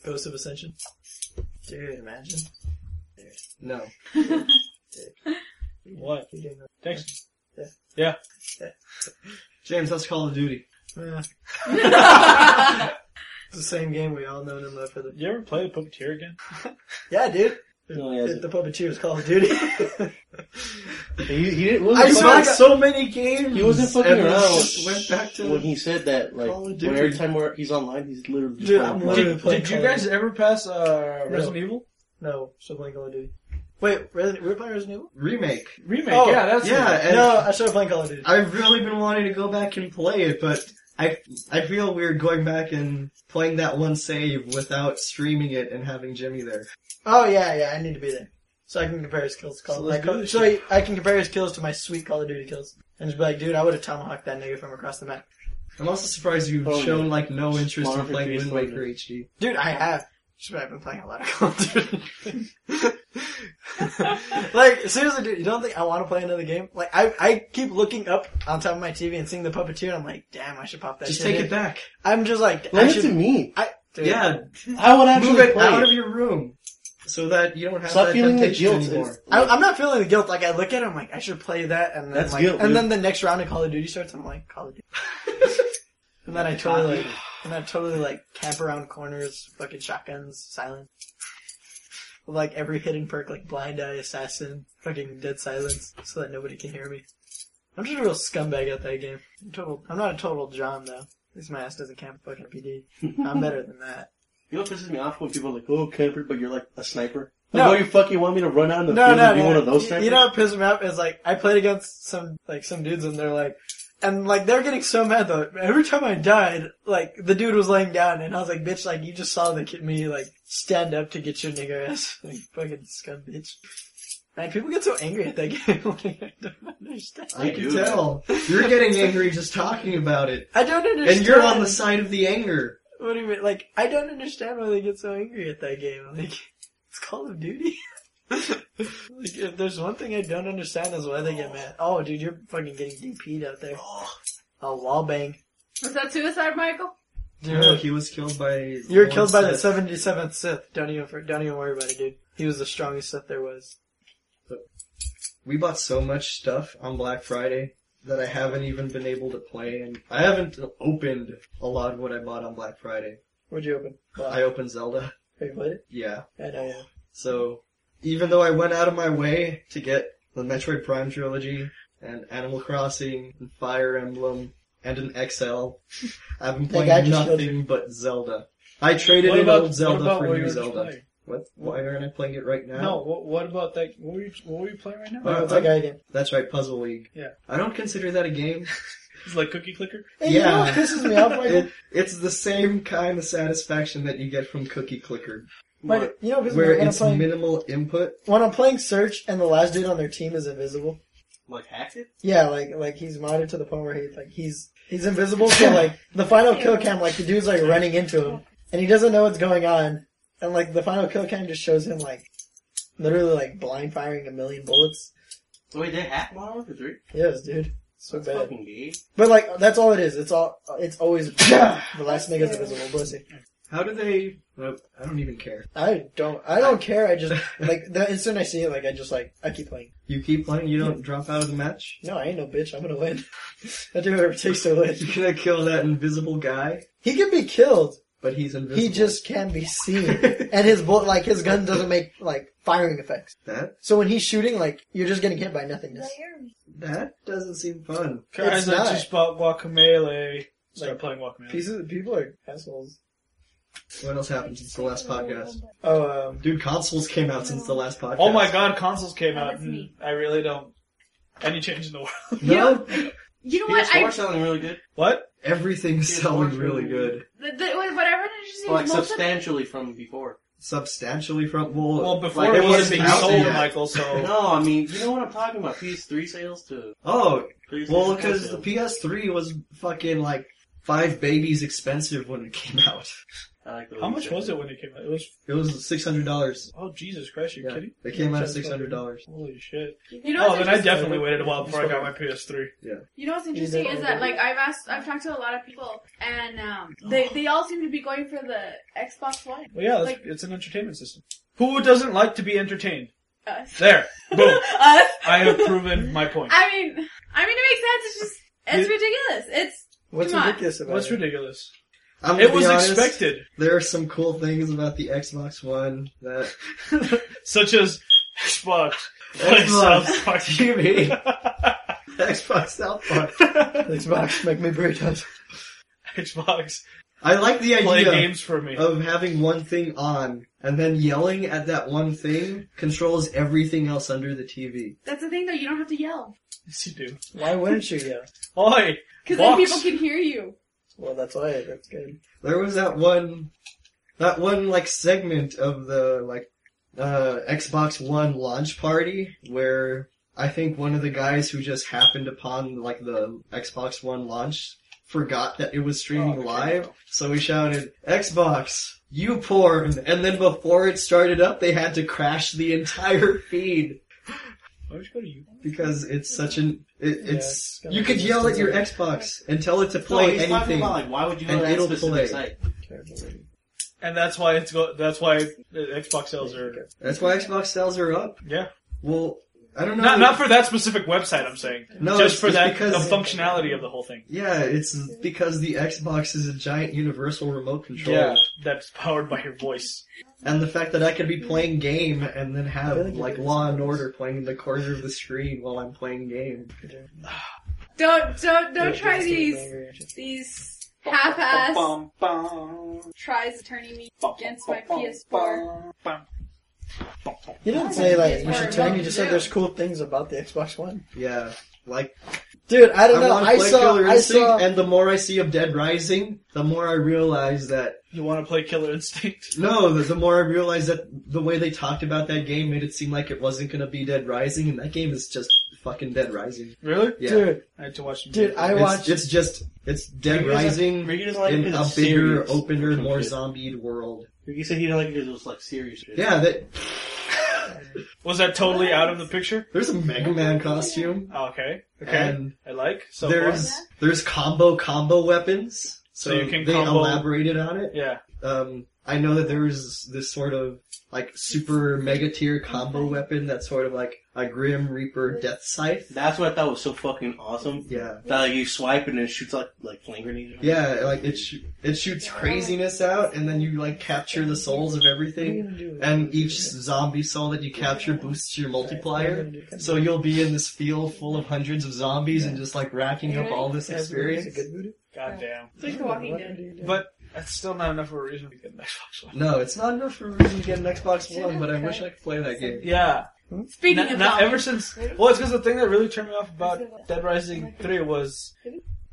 Ghost of Ascension. Dude, imagine.
No.
What?
You didn't know.
Thanks.
James, that's Call of Duty.
Eh, It's the same game we all know and love for the...
You ever play the Puppeteer again?
Yeah, dude.
No, yeah,
The Puppeteer is Call of Duty.
He, he didn't.
I
Wasn't
saw
fucking,
so many games.
he wasn't fucking
And then
around
just went back to.
when he said that. Like
Call of
when
Duty.
every time we're, he's online, he's literally. Just
Dude,
playing
I'm
Call of
literally-
Duty.
Did,
play
did you
Call of
guys ever pass uh, Resident Evil
No, still playing Call of Duty. Wait, Resident, we were playing Resident Evil?
Remake.
remake?
Oh,
yeah, that's
yeah. And-
no, I started playing Call of Duty.
I've really been wanting to go back and play it, but I I feel weird going back and playing that one save without streaming it and having Jimmy there.
Oh yeah, yeah, I need to be there. So I can compare his kills to Call
So
of
let's
Duty.
do this
So I, I can compare his kills to my sweet Call of Duty kills. And just be like, dude, I would have tomahawked that nigga from across the map.
I'm also surprised you've
Oh,
shown
yeah.
like no interest in
Modern
playing
Warfare
Wind Waker HD.
Dude, I have. Just that I've been playing a lot of Call of Duty. like, seriously, dude, you don't think I want to play another game? Like, I, I keep looking up on top of my TV and seeing the puppeteer and I'm like, damn, I should pop that
Just
shit
take
in.
it back.
I'm just like, I
Lend it
should,
to me.
I, dude,
Yeah,
I would actually
move it
play
out of your room so that you don't have
Stop
that
feeling the
temptation
guilt.
anymore.
I, I'm not feeling the guilt. Like I look at it, I'm like, I should play that, and then
That's
like,
guilt,
and
dude.
then the next round of Call of Duty starts, I'm like, Call of Duty. and then I totally, like, and I totally like camp around corners, fucking shotguns, silent. With, like every hidden perk, like blind eye, assassin, fucking dead silence, so that nobody can hear me. I'm just a real scumbag at that game. I'm total. I'm not a total John though. At least my ass doesn't camp fucking PD. I'm better than that.
You know what pisses me off when people are like, oh, camper, but you're like a sniper?
No.
No. you fucking want me to run out in the
No,
field
no,
and be
no.
one of those
You-
snipers?
You know what pissed me off is like I played against some like some dudes and they're like, and like they're getting so mad though. Every time I died, like the dude was laying down and I was like, bitch, like you just saw the kid me like stand up to get your nigger ass, like fucking scum bitch. Man, people get so angry at that game. like, I don't understand.
I can
Dude.
tell. You're getting angry just talking about it.
I don't understand.
And you're on the side of the anger.
What do you mean? Like I don't understand why they get so angry at that game. Like it's Call of Duty. like if there's one thing I don't understand is why they get mad. Oh, dude, you're fucking getting DP'd out there. A wall bang.
Was that suicide, Michael?
No, he was killed by.
You were
one
killed by the
Sith.
seventy seventh Sith. Don't even for, don't even worry about it, dude. He was the strongest Sith there was.
We bought so much stuff on Black Friday that I haven't even been able to play, and I haven't opened a lot of what I bought on Black Friday.
What'd you open? Well,
I opened Zelda.
have you played it?
Yeah.
I know. Yeah.
So, even though I went out of my way to get the Metroid Prime trilogy and Animal Crossing and Fire Emblem and an XL, I've been
That guy
playing
just killed
nothing but Zelda. I traded
What
in
about-
old
what
Zelda
about
for
what you
new
were
Zelda.
playing?
What? Why aren't I playing it right now?
No, what, what about that? What were you, what were you playing right now?
Uh,
Oh, it's that guy again.
That's right, Puzzle League.
Yeah.
I don't consider that a game.
It's like Cookie Clicker.
Hey, you know what
Yeah.
pisses me off right now?
It, it's the same kind of satisfaction that you get from Cookie Clicker,
Like, you know what pisses me off
where
when I'm
it's
playing
minimal input.
when I'm playing search and the last dude on their team is invisible.
Like hacked it?
Yeah, like like he's modded to the point where he like he's he's invisible. So like the final kill cam, like the dude's like running into him and he doesn't know what's going on, and like the final kill cam just shows him like literally like blind firing a million bullets.
Wait, they hacked Modern Warfare 3?
Yes, dude. So
That's
bad.
fucking gay.
But like, that's all it is. It's all, it's always, the last nigga's invisible pussy.
How do they? Uh, I don't even care.
I don't, I don't care. I just, like, the instant I see it, like, I just, like, I keep playing.
You keep playing. You don't drop out of the match.
No, I ain't no bitch. I'm gonna win. I do whatever it takes to win.
You're gonna kill that invisible guy,
He can be killed.
but he's invisible.
He just can't be seen. And his bullet, like, his gun doesn't make, like, firing effects.
that
So when he's shooting, like, you're just getting hit by nothingness.
that doesn't seem fun.
Guys, I
not.
just bought Guacamele. Start playing Guacamele.
Pieces, people are assholes.
What else happened since the last podcast?
Oh, um,
Dude, consoles came out since the last podcast.
Oh my god, consoles came
That
out.
was
and
me.
I really don't. Any change in the world?
No,
You know what? I
PS4 selling really good.
what?
everything's
Here's
selling
one
really
for-
good.
the, the, what- what I read is just
Oh,
Well, like
multiple-
substantially from before.
Substantially from well,
Well, before
Like,
it
it
wasn't
wasn't
being
out
sold,
yet.
Michael. So
No, I mean, you know what I'm talking about? PS3 sales to
Oh,
PlayStation
Well, because the
sales.
PS3 was fucking like five babies expensive when it came out.
I like the way
how
you
much
said
was it when it came out? It was.
It was six hundred dollars.
Oh Jesus Christ! You're
Yeah,
kidding?
it came out at six hundred dollars.
Holy shit!
You know
Oh,
what's
then I
interesting?
definitely waited a while before I got my PS3.
You know what's interesting
don't
is that
know.
like I've asked, I've talked to a lot of people, and um,
Oh.
they they all seem to be going for the Xbox One.
Well, yeah, that's,
Like-
it's an entertainment system. Who doesn't like to be entertained?
Us.
There, boom.
Us.
I have proven my point.
I mean, I mean, it makes sense. It's just it's
You-
ridiculous. It's
what's
Come on.
ridiculous about
What's
it?
ridiculous?
I'm gonna
It
be
was
honest,
expected,
There are some cool things about the Xbox One that
such as Xbox. Play South Park.
Xbox TV, Xbox South Park.
Xbox, make me burritos.
Xbox.
I like the
Play
idea
games for me.
of having one thing on and then yelling at that one thing controls everything else under the TV.
that's the thing though. You don't have to yell
Yes, you do.
Why wouldn't you, yeah?
Oi!
because then
Box.
people can hear you.
Well, that's why, that's good.
There was that one, that one like segment of the like, uh, Xbox One launch party where I think one of the guys who just happened upon like the Xbox One launch forgot that it was streaming
Oh, okay.
live, so he shouted, Xbox, you porn, and then before it started up, they had to crash the entire feed
Why would you go to you?
because it's such an, it,
Yeah, it's
it's,
gotta
you
be
could yell at your
something.
Xbox and tell it to
No, he's
play
talking
anything.
about like why would you go
and
to that
it'll
specific
play.
site?
Terrible.
And that's why it's go. That's why the Xbox sales are.
That's why Xbox sales are up.
Yeah.
Well, I don't know.
Not not for that specific website. I'm saying.
No,
Just
it's-
for
it's
that
because-
the functionality of the whole thing.
yeah, it's because the Xbox is a giant universal remote control,
That's powered by your voice.
and the fact that I could be playing game and then have
I feel like
like
it is.
Law and Order playing in the corner of the screen while I'm playing game.
Don't don't don't
Yeah,
try
it's gonna be
these
angry at you.
these half-ass
Bum, bum,
tries to turning me
bum,
against my
bum,
PS4.
bum, bum, bum.
You didn't
Why
say
is
like
it
you should
PS4?
turn.
No,
You just
yeah.
said there's cool things about the Xbox One,
Yeah, like
dude. I don't know.
wanna
I
play
saw.
Killer
I
Instinct,
saw.
and the more I see of Dead Rising, the more I realize that
You want to play Killer Instinct?
No, the, the more I realized that the way they talked about that game made it seem like it wasn't gonna be Dead Rising, and that game is just fucking Dead Rising.
Really?
Yeah.
Dude,
I had to watch. some
Dude,
videos.
I
it's,
watched-
it's just, it's Dead
Ricky doesn't-
Rising
Ricky doesn't like it
in a
'cause
bigger,
it's serious.
opener, more
Shit.
zombied world.
You said he didn't like it because it was like serious. shit.
Yeah, that,
was that totally out of the picture?
there's a Mega Man costume,
Oh, okay. Okay.
and
I like. So far.
there's, there's combo combo weapons, So,
you can
they
combo-
elaborated on it.
Yeah.
Um, I know that there was this sort of like super mega tier combo weapon that's sort of like a Grim Reaper Death Scythe.
That's what I thought was so fucking awesome.
Yeah,
That like you swipe and it shoots like like flame grenades. or
yeah, like it sh- it shoots craziness out, and then you like capture the souls of everything, and each zombie soul that you capture boosts your multiplier. So you'll be in this field full of hundreds of zombies and just like racking up all this experience.
God damn.
It's like The Walking Dead.
But that's still not enough of a reason to get an Xbox One.
No, it's not enough for a reason to get an Xbox One, but I wish I could play that game.
Yeah.
Speaking
Not,
of
not
zombies,
ever since. Well, it's because the thing that really turned me off about Dead Rising Three was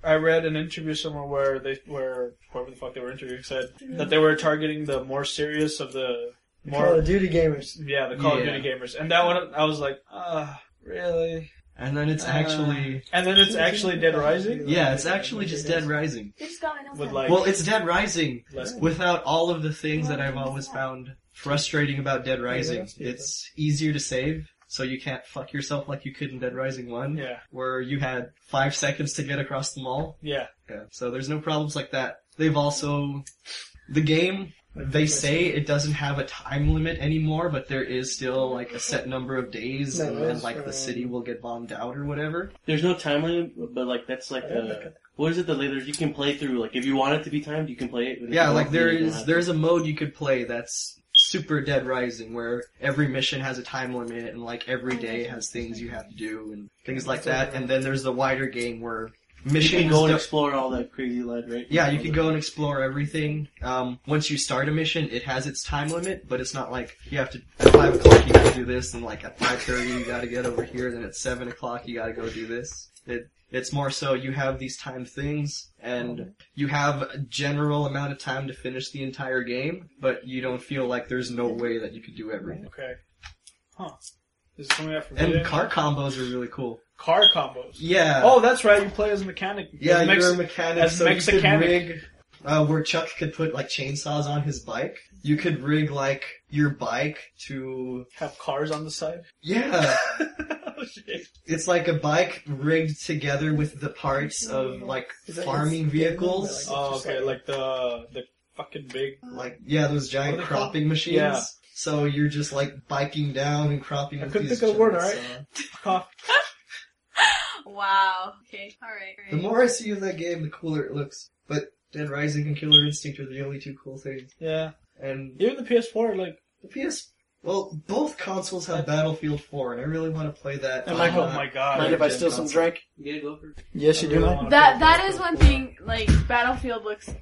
I read an interview somewhere where they where whoever the fuck they were interviewing said that they were targeting the more serious of the
Call
more
of Duty gamers.
yeah the Call
Yeah.
of Duty gamers, and that one I was like, ah, really?
And then it's
Uh,
actually
And then it's actually Dead Rising
yeah, it's actually just Dead Rising.
You just got my
with Uh, like
Well, it's Dead Rising
less
without all of the things that I've always found frustrating about Dead Rising. It's easier to save, so you can't fuck yourself like you could in Dead Rising 1,
yeah
where you had five seconds to get across the mall.
yeah
Yeah. So there's no problems like that. They've also, the game, they say it doesn't have a time limit anymore, but there is still like a set number of days
No,
and then
it's,
like the
um,
city will get bombed out or whatever.
There's no time limit, but like that's like the what is it? The later you can play through. Like if you want it to be timed, you can play it. but if
Yeah,
you
like
don't,
there
you don't
is
have
there is
to.
a mode you could play that's super Dead Rising, where every mission has a time limit, and like every day has things you have to do and things like that. And then there's the wider game where
you
missions.
can go and
don't-
explore all that crazy land, right?
yeah, you can go and explore everything. Um, once you start a mission, it has its time limit, but it's not like you have to at five o'clock you gotta do this, and like at five thirty you gotta get over here, then at seven o'clock you gotta go do this. It it's more so you have these timed things, and you have a general amount of time to finish the entire game, but you don't feel like there's no way that you could do everything.
okay, huh? This is coming out from
And car combos are really cool.
car combos.
Yeah.
Oh, that's right. You play as a mechanic.
Yeah,
Mex-
you're a mechanic,
as
so you could
Mexicanic.
rig uh, where Chuck could put like chainsaws on his bike. You could rig like your bike to
have cars on the side.
yeah,
oh, shit.
it's like a bike rigged together with the parts of like
Is that-
farming
is-
vehicles,
Oh,
Oh,
Just
okay,
like- uh,
like the the fucking big.
like yeah, those giant
What are they
cropping machines.
Yeah.
So you're just like biking down and cropping.
I
with
couldn't
these
think of a word,
giants,
alright?
uh,
Wow. Okay. All right.
The more I see of that game, the cooler it looks. But Dead Rising and Killer Instinct are the only two cool things,
Yeah,
and
even the PS4, like,
The PS. Well, both consoles have Battlefield 4, and I really want to play that.
I'm like,
on,
oh
uh,
my god.
Mind if I steal some
drink?
Yeah, go for it.
Yes, you do,
Really
man.
wanna
That
play
that
PS4.
is one thing. Like Battlefield looks,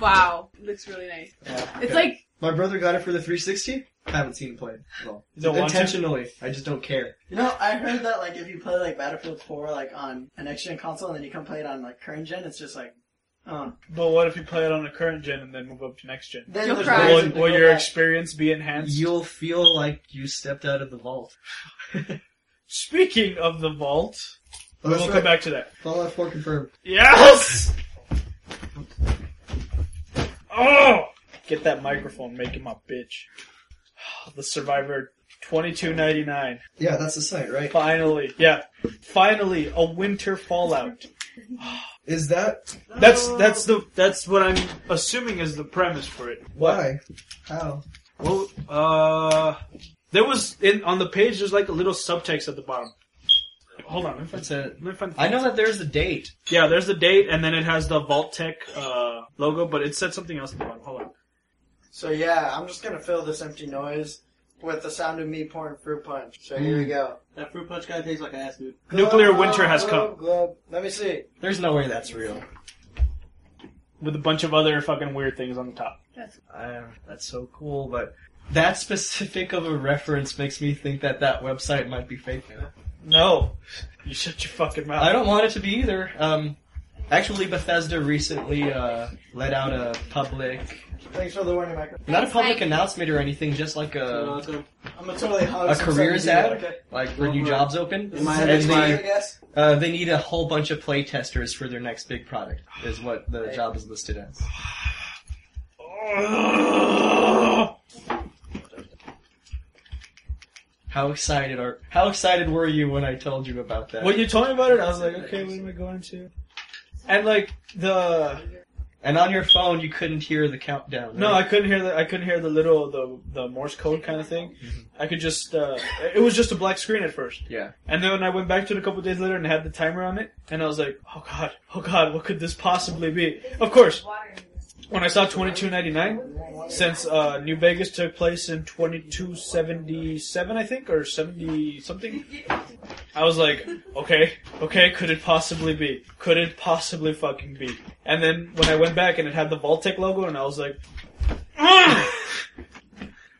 wow, looks really nice.
Yeah.
It's
Okay.
like
My brother got it for the 360. Haven't seen it played at all.
You don't want to?
Intentionally, I just don't care.
You know, I heard that like if you play like Battlefield 4 like on an next gen console and then you come play it on like current gen, it's just like, oh,
But what if you play it on the current gen and then move up to next gen?
then
You'll
there's
cry.
no
Will,
reason to
will
go
your
back.
experience be enhanced?
You'll feel like you stepped out of the vault.
Speaking of the vault,
Oh,
we'll
that's
come
right.
back to that.
Fallout 4 confirmed.
Yes. oh, get that microphone, make him my bitch. The Survivor, twenty two ninety nine.
Yeah, that's the site, right?
Finally, yeah, finally a winter Fallout.
Is that
That's that's the that's what I'm assuming is the premise for it.
why? How?
Well, uh, there was in on the page. There's like a little subtext at the bottom. Hold on, let me find.
That's it.
Let me find
I know that there's a date.
Yeah, there's the date, and then it has the Vault Tech uh, logo, but it said something else at the bottom. Hold on.
So yeah, I'm just gonna fill this empty noise with the sound of me pouring fruit punch. So here we go.
That fruit punch guy tastes like ass food.
Nuclear winter has
Glub,
come
glub. Let me see.
There's no way that's real.
with a bunch of other fucking weird things on the top.
Uh, that's so cool, but that specific of a reference makes me think that that website might be fake now.
No, you shut your fucking mouth.
I don't want it to be either. Um, actually, Bethesda recently uh, let out a public,
Thanks for the warning, microphone.
not a public announcement or anything, just like
Uh,
a
I'm gonna totally hug.
a
some
careers ad,
70, Okay.
like for new jobs open.
This is
I-
an
And
extra, I
they,
guess.
uh, they need a whole bunch of play testers for their next big product, is what the job is listed as.
Ugh.
How excited are? How excited were you when I told you about that?
When you told me about it, I was like, okay, what am I going to? And like the
And on your phone, you couldn't hear the countdown.
No, I
right?
couldn't hear the I couldn't hear the little the the Morse code kind of thing. I could just uh, it was just a black screen at first.
Yeah.
And then when I went back to it a couple days later and had the timer on it, and I was like, oh god, oh god, what could this possibly be? Of course, when I saw twenty two ninety nine, since uh, New Vegas took place in twenty two seventy seven, I think, or seventy something, I was like, okay, okay, could it possibly be? Could it possibly fucking be? And then when I went back and it had the Voltec logo, and I was like. "Ah!" "Ugh!"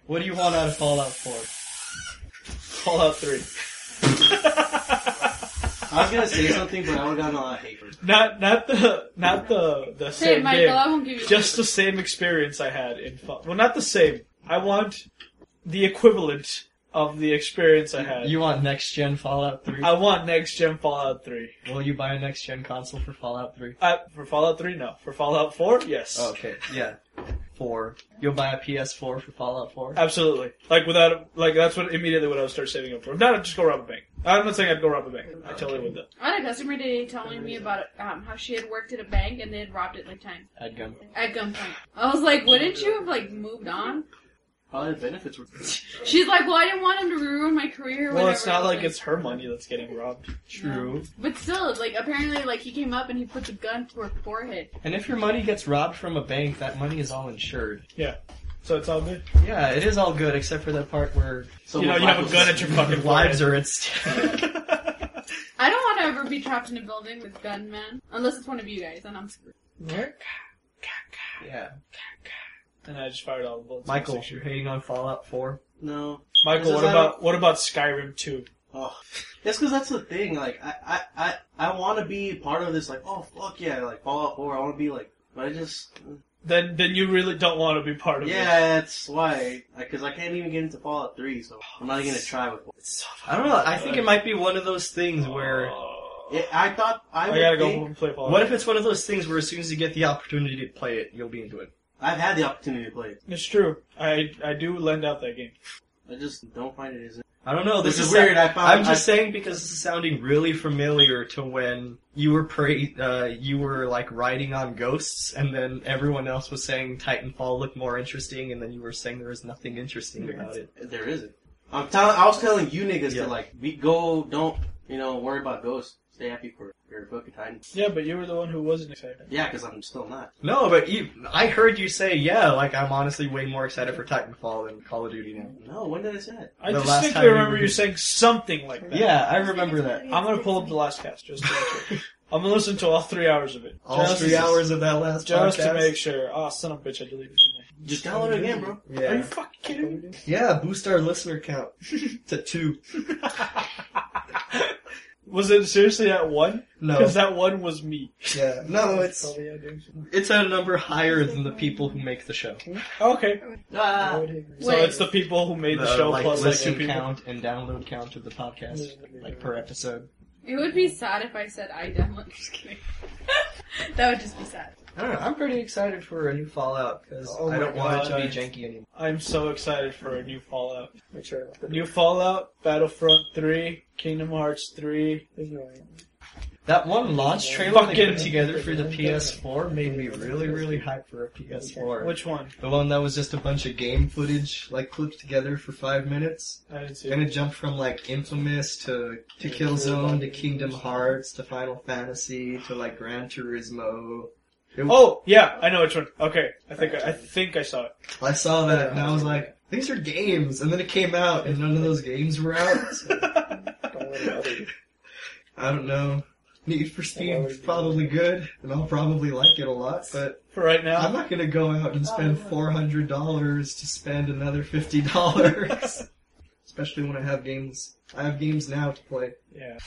What do you want out of Fallout 4?
Fallout 3.
I was gonna say something, but I would got a lot of hate for it.
not not the not the the
Say it,
same
Michael. I
game.
won't give you.
Just the same experience I had in Fallout. Well, not the same. I want the equivalent of the experience I had.
You want next gen Fallout 3?
I want next gen Fallout 3.
Will you buy a next gen console for Fallout 3?
Uh, for Fallout 3, no. For Fallout 4, yes.
Oh, okay, yeah. 4. You'll buy a PS4 for Fallout 4?
Absolutely. Like without like that's what immediately what I would start saving up for. If not, I'd just go rob a bank. I'm not saying I'd go rob a bank. I totally would though.
I had a customer today telling me about um, how she had worked at a bank and they had robbed it like time
I'd go.
at gunpoint. I was like, wouldn't you have like moved on?
Probably the benefits were.
She's like, well, I didn't want him to ruin my career. or
Well, it's
whatever.
not like it's her money that's getting robbed.
True.
But still, like apparently, like he came up and he put the gun to her forehead.
And if your money gets robbed from a bank, that money is all insured.
So it's all good.
Yeah, it is all good except for that part where
So
you know, you have a gun at your fucking
lives are at stake.
forehead.
I don't want to ever be trapped in a building with gunmen unless it's one of you guys, and I'm screwed.
yeah.
And I just fired all the bullets.
Michael, you're hating on Fallout 4?
No.
Michael,
This
what
is
about what about Skyrim 2?
Oh, that's because that's the thing. Like, I, I, I, I want to be part of this. Like, oh fuck yeah, like Fallout Four. I want to be like, but I just,
Then then you really don't want to be part of it.
yeah, that's why. Because I can't even get into Fallout Three, so I'm not even gonna try with.
I don't know, I think it might be one of those things where...
Yeah, I thought I,
Oh. I
would
gotta go home
think,
and play Fallout.
What if it's one of those things where as soon as you get the opportunity to play it, you'll be into it?
I've had the opportunity to play it.
It's true. I I do lend out that game.
I just don't find it as.
I don't know. This,
Which
is
is weird,
sa-
Um, I found-
I'm just saying because this is sounding really familiar to when you were pra- uh, you were like riding on ghosts, and then everyone else was saying Titanfall looked more interesting, and then you were saying there was nothing interesting about it.
There isn't. I'm telling. I was telling you niggas
Yeah.
to like, be go. Don't you know? Worry about ghosts. Stay happy for your fucking time.
Yeah, but you were the one who wasn't excited.
Yeah, because I'm still not.
No, but you, I heard you say yeah. Like I'm honestly way more excited for Titanfall than Call of Duty now.
No, when did I say that?
I
The
just
last
think I
time you
remember
were-
you saying something like that.
Yeah, I remember that.
I'm gonna pull up the last cast just to make sure. I'm gonna listen to all three hours of it.
All
just,
three hours of that last
Just
podcast.
to make sure. Oh, son of a bitch, I deleted it.
Just download it again, bro.
Are you
yeah,
fucking kidding me?
yeah. Boost our listener count to two.
was it seriously at one?
No,
Because that one was me.
yeah,
Oh,
no. It's
Probably I do.
it's a number higher than the people who make the show.
Okay.
uh,
I
Ah,
would agree.
So
Wait.
it's the people who made the, show
like,
plus like
listen
two people.
count and download count of the podcast, like per episode.
It would be sad if I said I download. Just kidding. that would just be sad.
I don't know. I'm pretty excited for a new Fallout because
Oh
I don't
my
want it to be
God.
janky anymore.
I'm so excited for a new Fallout.
Make sure I left it.
New Fallout, Battlefront 3, Kingdom Hearts 3.
There's no way.
That one launch trailer they
Fucking-
put together for the PS4 made me really, really hyped for a PS4.
Which one?
The one that was just a bunch of game footage, like clipped together for five minutes,
I didn't see
and
it.
it jumped from like Infamous to to Killzone to Kingdom Hearts to Final Fantasy to like Gran Turismo. It-
Oh yeah, I know which one. Okay, I think I, I think I saw it.
I saw that and I was like, these are games. And then it came out and none of those games were out. So,
Don't worry about it.
I don't know. Need for Speed is probably good and I'll probably like it a lot, but
For right
I'm
now,
not gonna go out and spend $400 to spend another $50. Especially when I have games. I have games now to play.
yeah.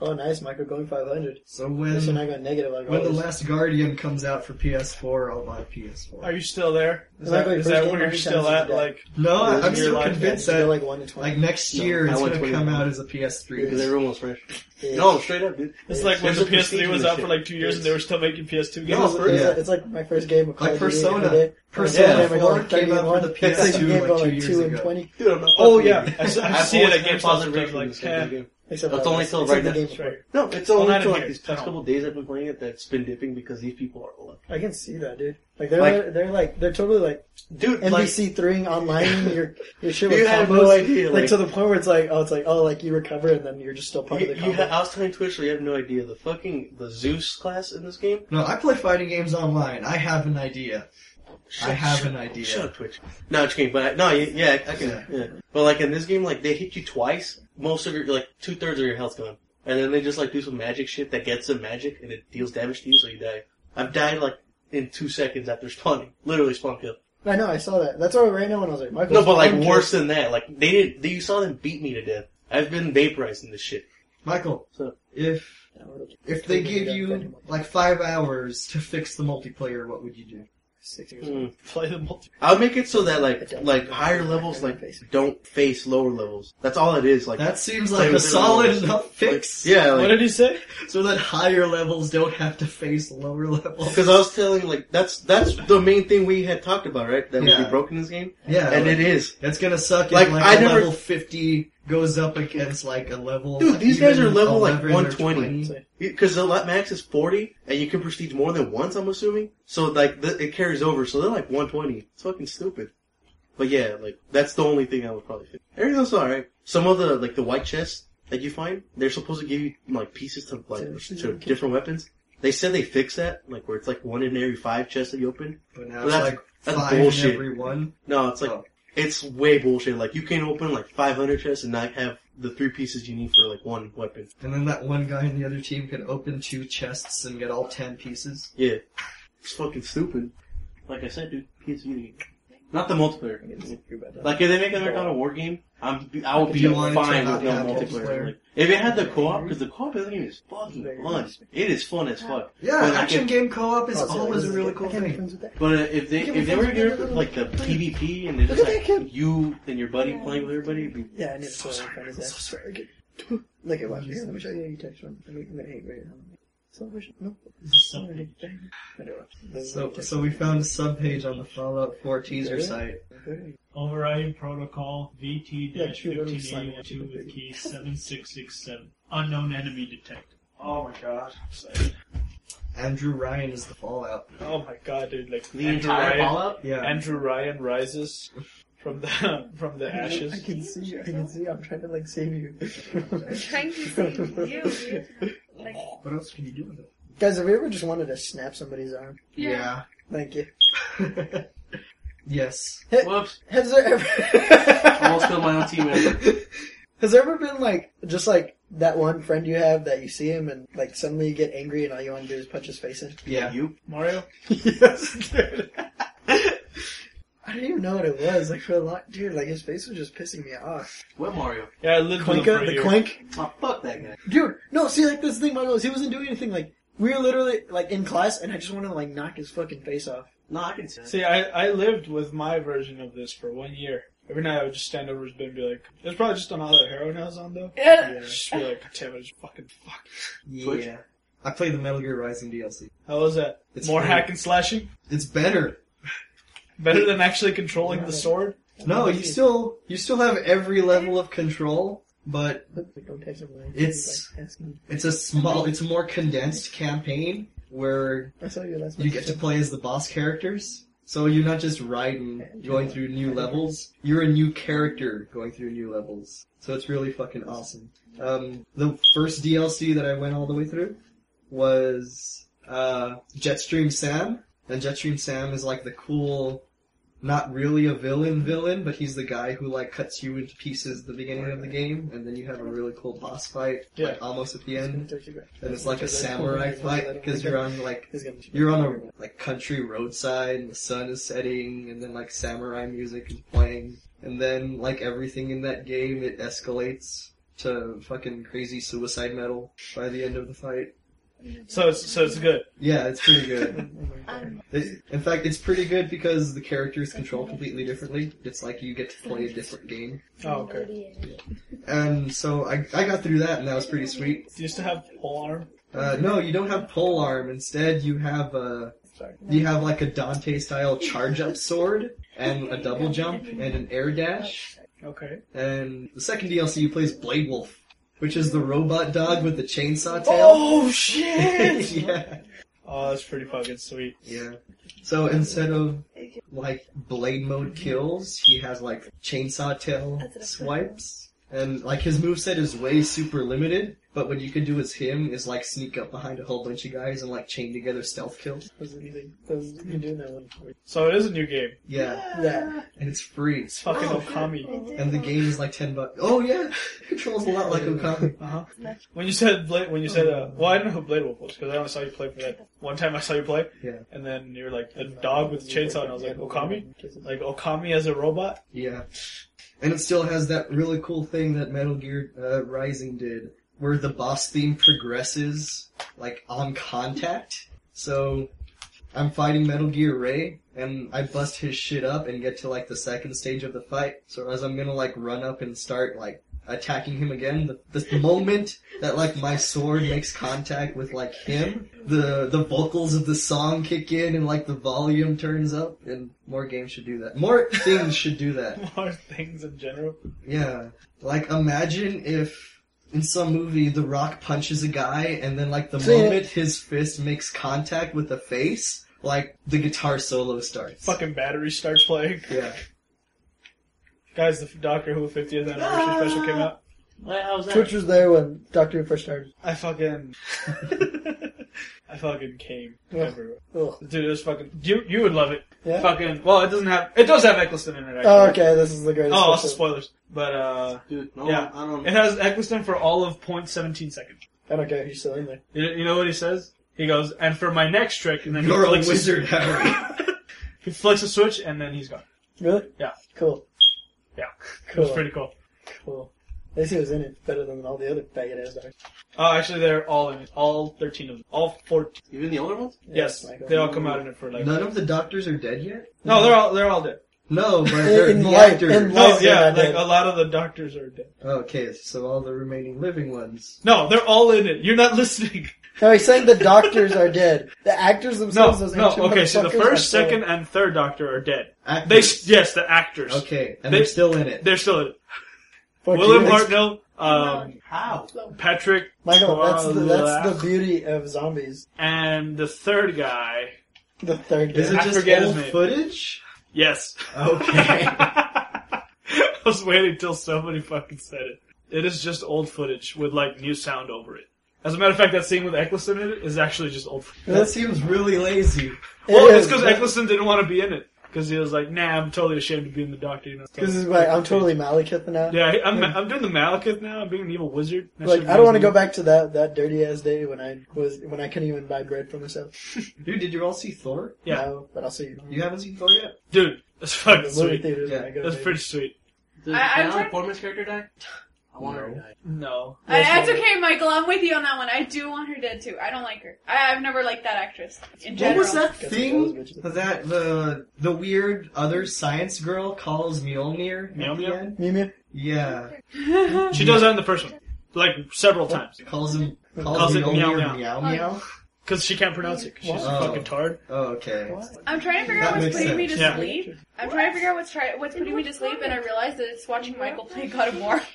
Oh, nice, Michael, going 500.
So
This one
when,
I got negative like
Mm. when The
always.
Last Guardian comes out for PS4, I'll buy
Are
PS4.
you still there? Is
I like
that,
my
is
first
that
game
where you're
every
still
time
at?
today.
Like,
No, I- I'm
Losing your
still
life,
convinced
They're
that
like 1 in 20.
like next year
I
it's
went
gonna
21.
come out as a
because
PS3.
everyone was fresh.
Yeah.
No, straight up, dude.
it's like when
There's
the
a prestige
PS3
in
was
this
out for
shit.
like two years and they were still making PS2
It was-
games.
it
No,
was-
yeah.
It's like my first game of Call
Like
of Duty the
Persona.
other day.
Persona
Yeah, I got
4 came out for the
31. It's like
PS2
game
like
got,
two
like
years
2 and
ago.
20.
Dude, I'm not
Oh
fucking
yeah,
with you.
I, s- I
I've
see it
always
at
had
GameStop.
positive
sometimes,
reviews
Like,
of that
eh,
game.
Except
That's
for
only
us.
till
Except
right
the
now.
game before.
No, it's
Well,
only
not
for
in
like
here.
these past
No.
couple days I've been playing it that's been dipping because these people are old.
I can see that, dude. Like they're
Like-
they're like they're totally like
Dude, like,
NBC threeing online your your shit with
You
combos.
have no idea,
Like,
like-
to the point where it's like, oh, it's like, oh, like you recover and then you're just still part
you,
of the
you
combo.
ha- I was telling Twitch, so you have no idea. The fucking, the Zeus class in this game?
No, I play fighting games online. I have an idea. I have an idea.
Shut up, Twitch. No, it's game, but I, no, y- yeah, I can. Yeah. But like in this game, like they hit you twice, most of your like two thirds of your health's gone, and then they just like do some magic shit that gets some magic and it deals damage to you, so you die. I've died like in two seconds after spawning, literally spawn kill.
I know, I saw that. That's why I ran out when I was like, Michael.
No, but like worse than that, like they did. They, you saw them beat me to death. I've been vaporized in this shit.
Michael,
So-
if if they give you like five hours to fix the multiplayer, what would you do?
six
Hmm.
Play the multi.
I'll make it so that like like higher levels like don't face lower levels. That's all it is. Like
That seems
play
like a
with it
solid
all.
enough fix.
yeah,
What
like
did he say?
So that higher levels don't have to face lower levels.
Because I was telling like that's that's the main thing we had talked about, right? That would
Yeah.
be broken in this game,
yeah,
and
like,
it is.
it's gonna suck
Like,
if like
I
a
never-
level fifty goes up against like a level.
Dude, these guys are
even
level, like,
11 or
120.
20.
Because the lot max is forty, and you can prestige more than once. I'm assuming, so like the, it carries over. So they're like 120. It's fucking stupid. But yeah, like that's the only thing I would probably fix. Everything else is all right. Some of the like the white chests that you find, they're supposed to give you like pieces to like to different weapons. They said they fixed that, like where it's like one in every five chests that you open.
But now
Well,
it's
that's-
like
that's
five
bullshit.
in every one.
No, it's like
Oh.
it's way bullshit. Like you can open like 500 chests and not have the three pieces you need for like one weapon.
And then that one guy in the other team can open two chests and get all ten pieces.
Yeah, it's fucking stupid. Like I said, dude, PSV the game. Not the multiplayer. Like if they make another God of War game, I'm I will
Do
be
you want it to
fine
not
with no
have
multiplayer.
multiplayer?
Like, if it had the co-op, because the co-op in the game is fucking fun. It is fun as fuck.
Yeah,
But, like,
action
if-
game co-op is
Oh, so
always
this
a
is
really
good.
cool
I can't be
thing.
friends with that.
But uh, if they
Look at
if they
my
were
friends,
to
look at
do
them.
like the PvP and they're just
Look at that
like
kid.
you and your buddy playing with everybody, it'd be
Yeah, I need to so sorry. So sorry. Good. Look at what. Here, let me show you your text one. I mean, wait, wait, hold on. Celebration? No. Celebration. This is
So, so we found a subpage on the Fallout 4 teaser site.
Overriding protocol VT
Yeah, shoot, I'm signing it.
1582 with key 7667. Unknown enemy detected.
Oh my god.
Andrew Ryan is the Fallout.
Oh my god, dude! Like
the entire
Ryan,
Fallout.
Yeah.
Andrew Ryan rises from the from the
I
ashes.
can see you. I can see you. I'm trying to like save you.
I'm trying to save you. dude. Like,
what else can you do with it?
Guys, have you ever just wanted to snap somebody's arm? Thank you.
Yeah. yes.
Whoops!
Has there
Almost
ever
killed my own teammate.
Has there ever been like just like that one friend you have that you see him and like suddenly you get angry and all you want to do is punch his face in?
Yeah.
You
Mario.
yes, dude. I didn't even know what it was. Like for a lot, dude. Like his face was just pissing me off.
what Mario?
Yeah, I lived with him
Quinka,
for a
the
year.
quink,
Oh, fuck that guy.
dude. No, see, like this thing, Michael, is he wasn't doing anything. Like we were literally like in class, and I just wanted to like knock his fucking face off.
No, I can see. that.
See, I, I lived with my version of this for one year. Every night I would just stand over his bed and be like, "It's probably just on all that heroin I was on, though."
yeah.
Just be like, "God "Damn it, just fucking fuck."
Yeah. I played the Metal Gear Rising DLC.
How was that?
It's
More
free.
hack and slashing,
It's better.
better than actually controlling the sword.
No, you still you still have every level of control, but
But, like, don't text him. Like,
It's-
like, ask him.
it's a small, it's a more condensed campaign where
I saw you last.
you get to
message.
play as the boss characters. So you're not just riding, going through new levels. You're a new character going through new levels. So it's really fucking awesome. Um, the first DLC that I went all the way through was uh, Jetstream Sam, and Jetstream Sam is like the cool, not really a villain villain, but he's the guy who like cuts you into pieces at the beginning of the game, and then you have a really cool boss fight,
Yeah.
like almost at the end,
Text you back.
and it's like a samurai fight because you're on like
He's gonna-
you're on a like country roadside and the sun is setting and then like samurai music is playing and then like everything in that game it escalates to fucking crazy suicide metal by the end of the fight.
So it's so it's good.
Yeah, it's pretty good.
Um,
It- in fact, it's pretty good because the characters control completely differently. It's like you get to play a different game.
Oh, okay.
And so I, I got through that and that was pretty sweet.
Do you still have pole arm?
Uh, no, you don't have pole arm. Instead, you have a
Sorry.
You have like a Dante style charge up sword and a double jump and an air dash.
Okay.
And the second DLC you play is Blade Wolf. which is the robot dog with the chainsaw tail.
Oh shit!
yeah.
oh, that's pretty fucking sweet.
Yeah. So instead of like blade mode kills, he has like chainsaw tail
That's what I thought.
swipes. And like his moveset is way super limited, but what you could do as him is like sneak up behind a whole bunch of guys and like chain together stealth kills.
Those are the- those- you can do that one.
So it is a new game.
Yeah.
Yeah.
And it's free.
It's fucking
Oh,
Okami.
And the game is like ten bucks. Oh yeah, controls a lot like Okami.
Uh huh. When you said Blade, when you
Oh.
said, uh, well, I didn't know who Blade Wolf was because I only saw you play for that one time. I saw you play,
Yeah,
and then you were like a dog with a chainsaw, and I was like Okami, like Okami as a robot.
yeah. And it still has that really cool thing that Metal Gear uh, Rising did, where the boss theme progresses like on contact. So I'm fighting Metal Gear Ray, and I bust his shit up and get to like the second stage of the fight. So as I'm gonna like run up and start like attacking him again, the, the moment that like my sword makes contact with like him, the the vocals of the song kick in and like the volume turns up, and more games should do that. More things should do that.
More things in general.
Yeah. Like imagine if in some movie The Rock punches a guy and then like the
Seen it.
moment his fist makes contact with the face, like the guitar solo starts.
Fucking battery starts playing.
Yeah.
Guys, the Doctor Who 50th anniversary
Ah.
special came out.
Wait, how was that?
Twitch was there when Doctor Who first started.
I fucking, I fucking came
Yeah.
everywhere.
Ugh.
Dude, it was fucking. You you would love it.
Yeah?
Fucking. Well, it doesn't have. It does have Eccleston in it. Actually.
Oh, okay, this is the greatest.
Oh, also
episode.
spoilers. But uh,
Dude, no,
Yeah. Eh.
I don't
it has Eccleston for all of point seventeen seconds.
I don't care. He's still in there.
You, you know what he says? He goes, and for my next trick, and then he
You're a
flicks
wizard, Harry.
he flicks a switch, and then he's gone.
Really?
Yeah.
Cool.
Yeah, it was
Cool.
pretty cool.
cool. At least he was in it better than all the other faggot ass doctors.
Oh, actually, they're all in it. All thirteen of them. All fourteen.
Even the older ones?
Yes,
Michael.
they all come out in it for like.
None of the doctors are dead yet?
No, they're all they're all dead.
No, but they're
In
the
life-
actors.
in life-
No,
Yes,
yeah,
they're
like
all dead.
a lot of the doctors are dead.
Okay, so all the remaining living ones.
No, they're all in it. You're not listening.
No, he's saying the doctors are dead. The actors
No,
themselves. those
no.
ancient
Okay, so the
motherfuckers are
first,
still-
second, and third Doctor are dead.
Actors.
They s- yes, the actors.
Okay, and
They-
they, are still in it.
They're still in it.
Fuck
William
you.
Hartnell, um,
How?
Patrick,
Michael, that's the, that's
Poirot,
the beauty of zombies.
and the third guy.
The third
Is
guy.
it
I
just
forget his
old
name.
footage?
Yes.
Okay.
I was waiting till somebody fucking said it. It is just old footage with like new sound over it. As a matter of fact, that scene with Eccleston in it is actually just old. Footage.
that seems really lazy.
Well, it's
is,
because
but-
Eccleston didn't want to be in it because he was like, "Nah, I'm totally ashamed of being the doctor." You know,
This is why I'm totally Malekith now.
Yeah, I'm, I'm doing the Malekith now. I'm being an evil wizard. That
Like
shit
I don't want to
reminds me-
go back to that that dirty ass day when I was when I couldn't even buy bread for myself.
Dude, did you all see Thor?
Yeah.
No, but I'll see you.
You haven't seen Thor yet?
Dude, that's
in
fucking
the movie
sweet.
theaters when
Yeah,
I go.
That's
baby.
pretty sweet.
Did
I- I'm
Natalie
trying-
Portman's character die? I want her to
No.
die.
No.
I,
Yes,
that's
ma'am.
okay, Michael. I'm with you on that one. I do want her dead too. I don't like her. I, I've never liked that actress in
What
general.
was that
Guess it
thing
goes, bitches.
that the the weird other science girl calls Mjolnir? at the
Mjolnir?
end?
Mew Mew?
Yeah.
that?
She does that in the first one. Like, several times.
Calls him calls,
Calls it
Mjolnir
meow
meow
meow.
meow. meow.
Because she can't pronounce it. 'cause she's a
What?
fucking tard.
Oh, okay.
I'm trying to figure
That
out what's
makes
putting me to
sense.
Yeah.
sleep. I'm trying to figure out what's try- what's putting me to sleep, and I realized that it's watching Michael play God of War.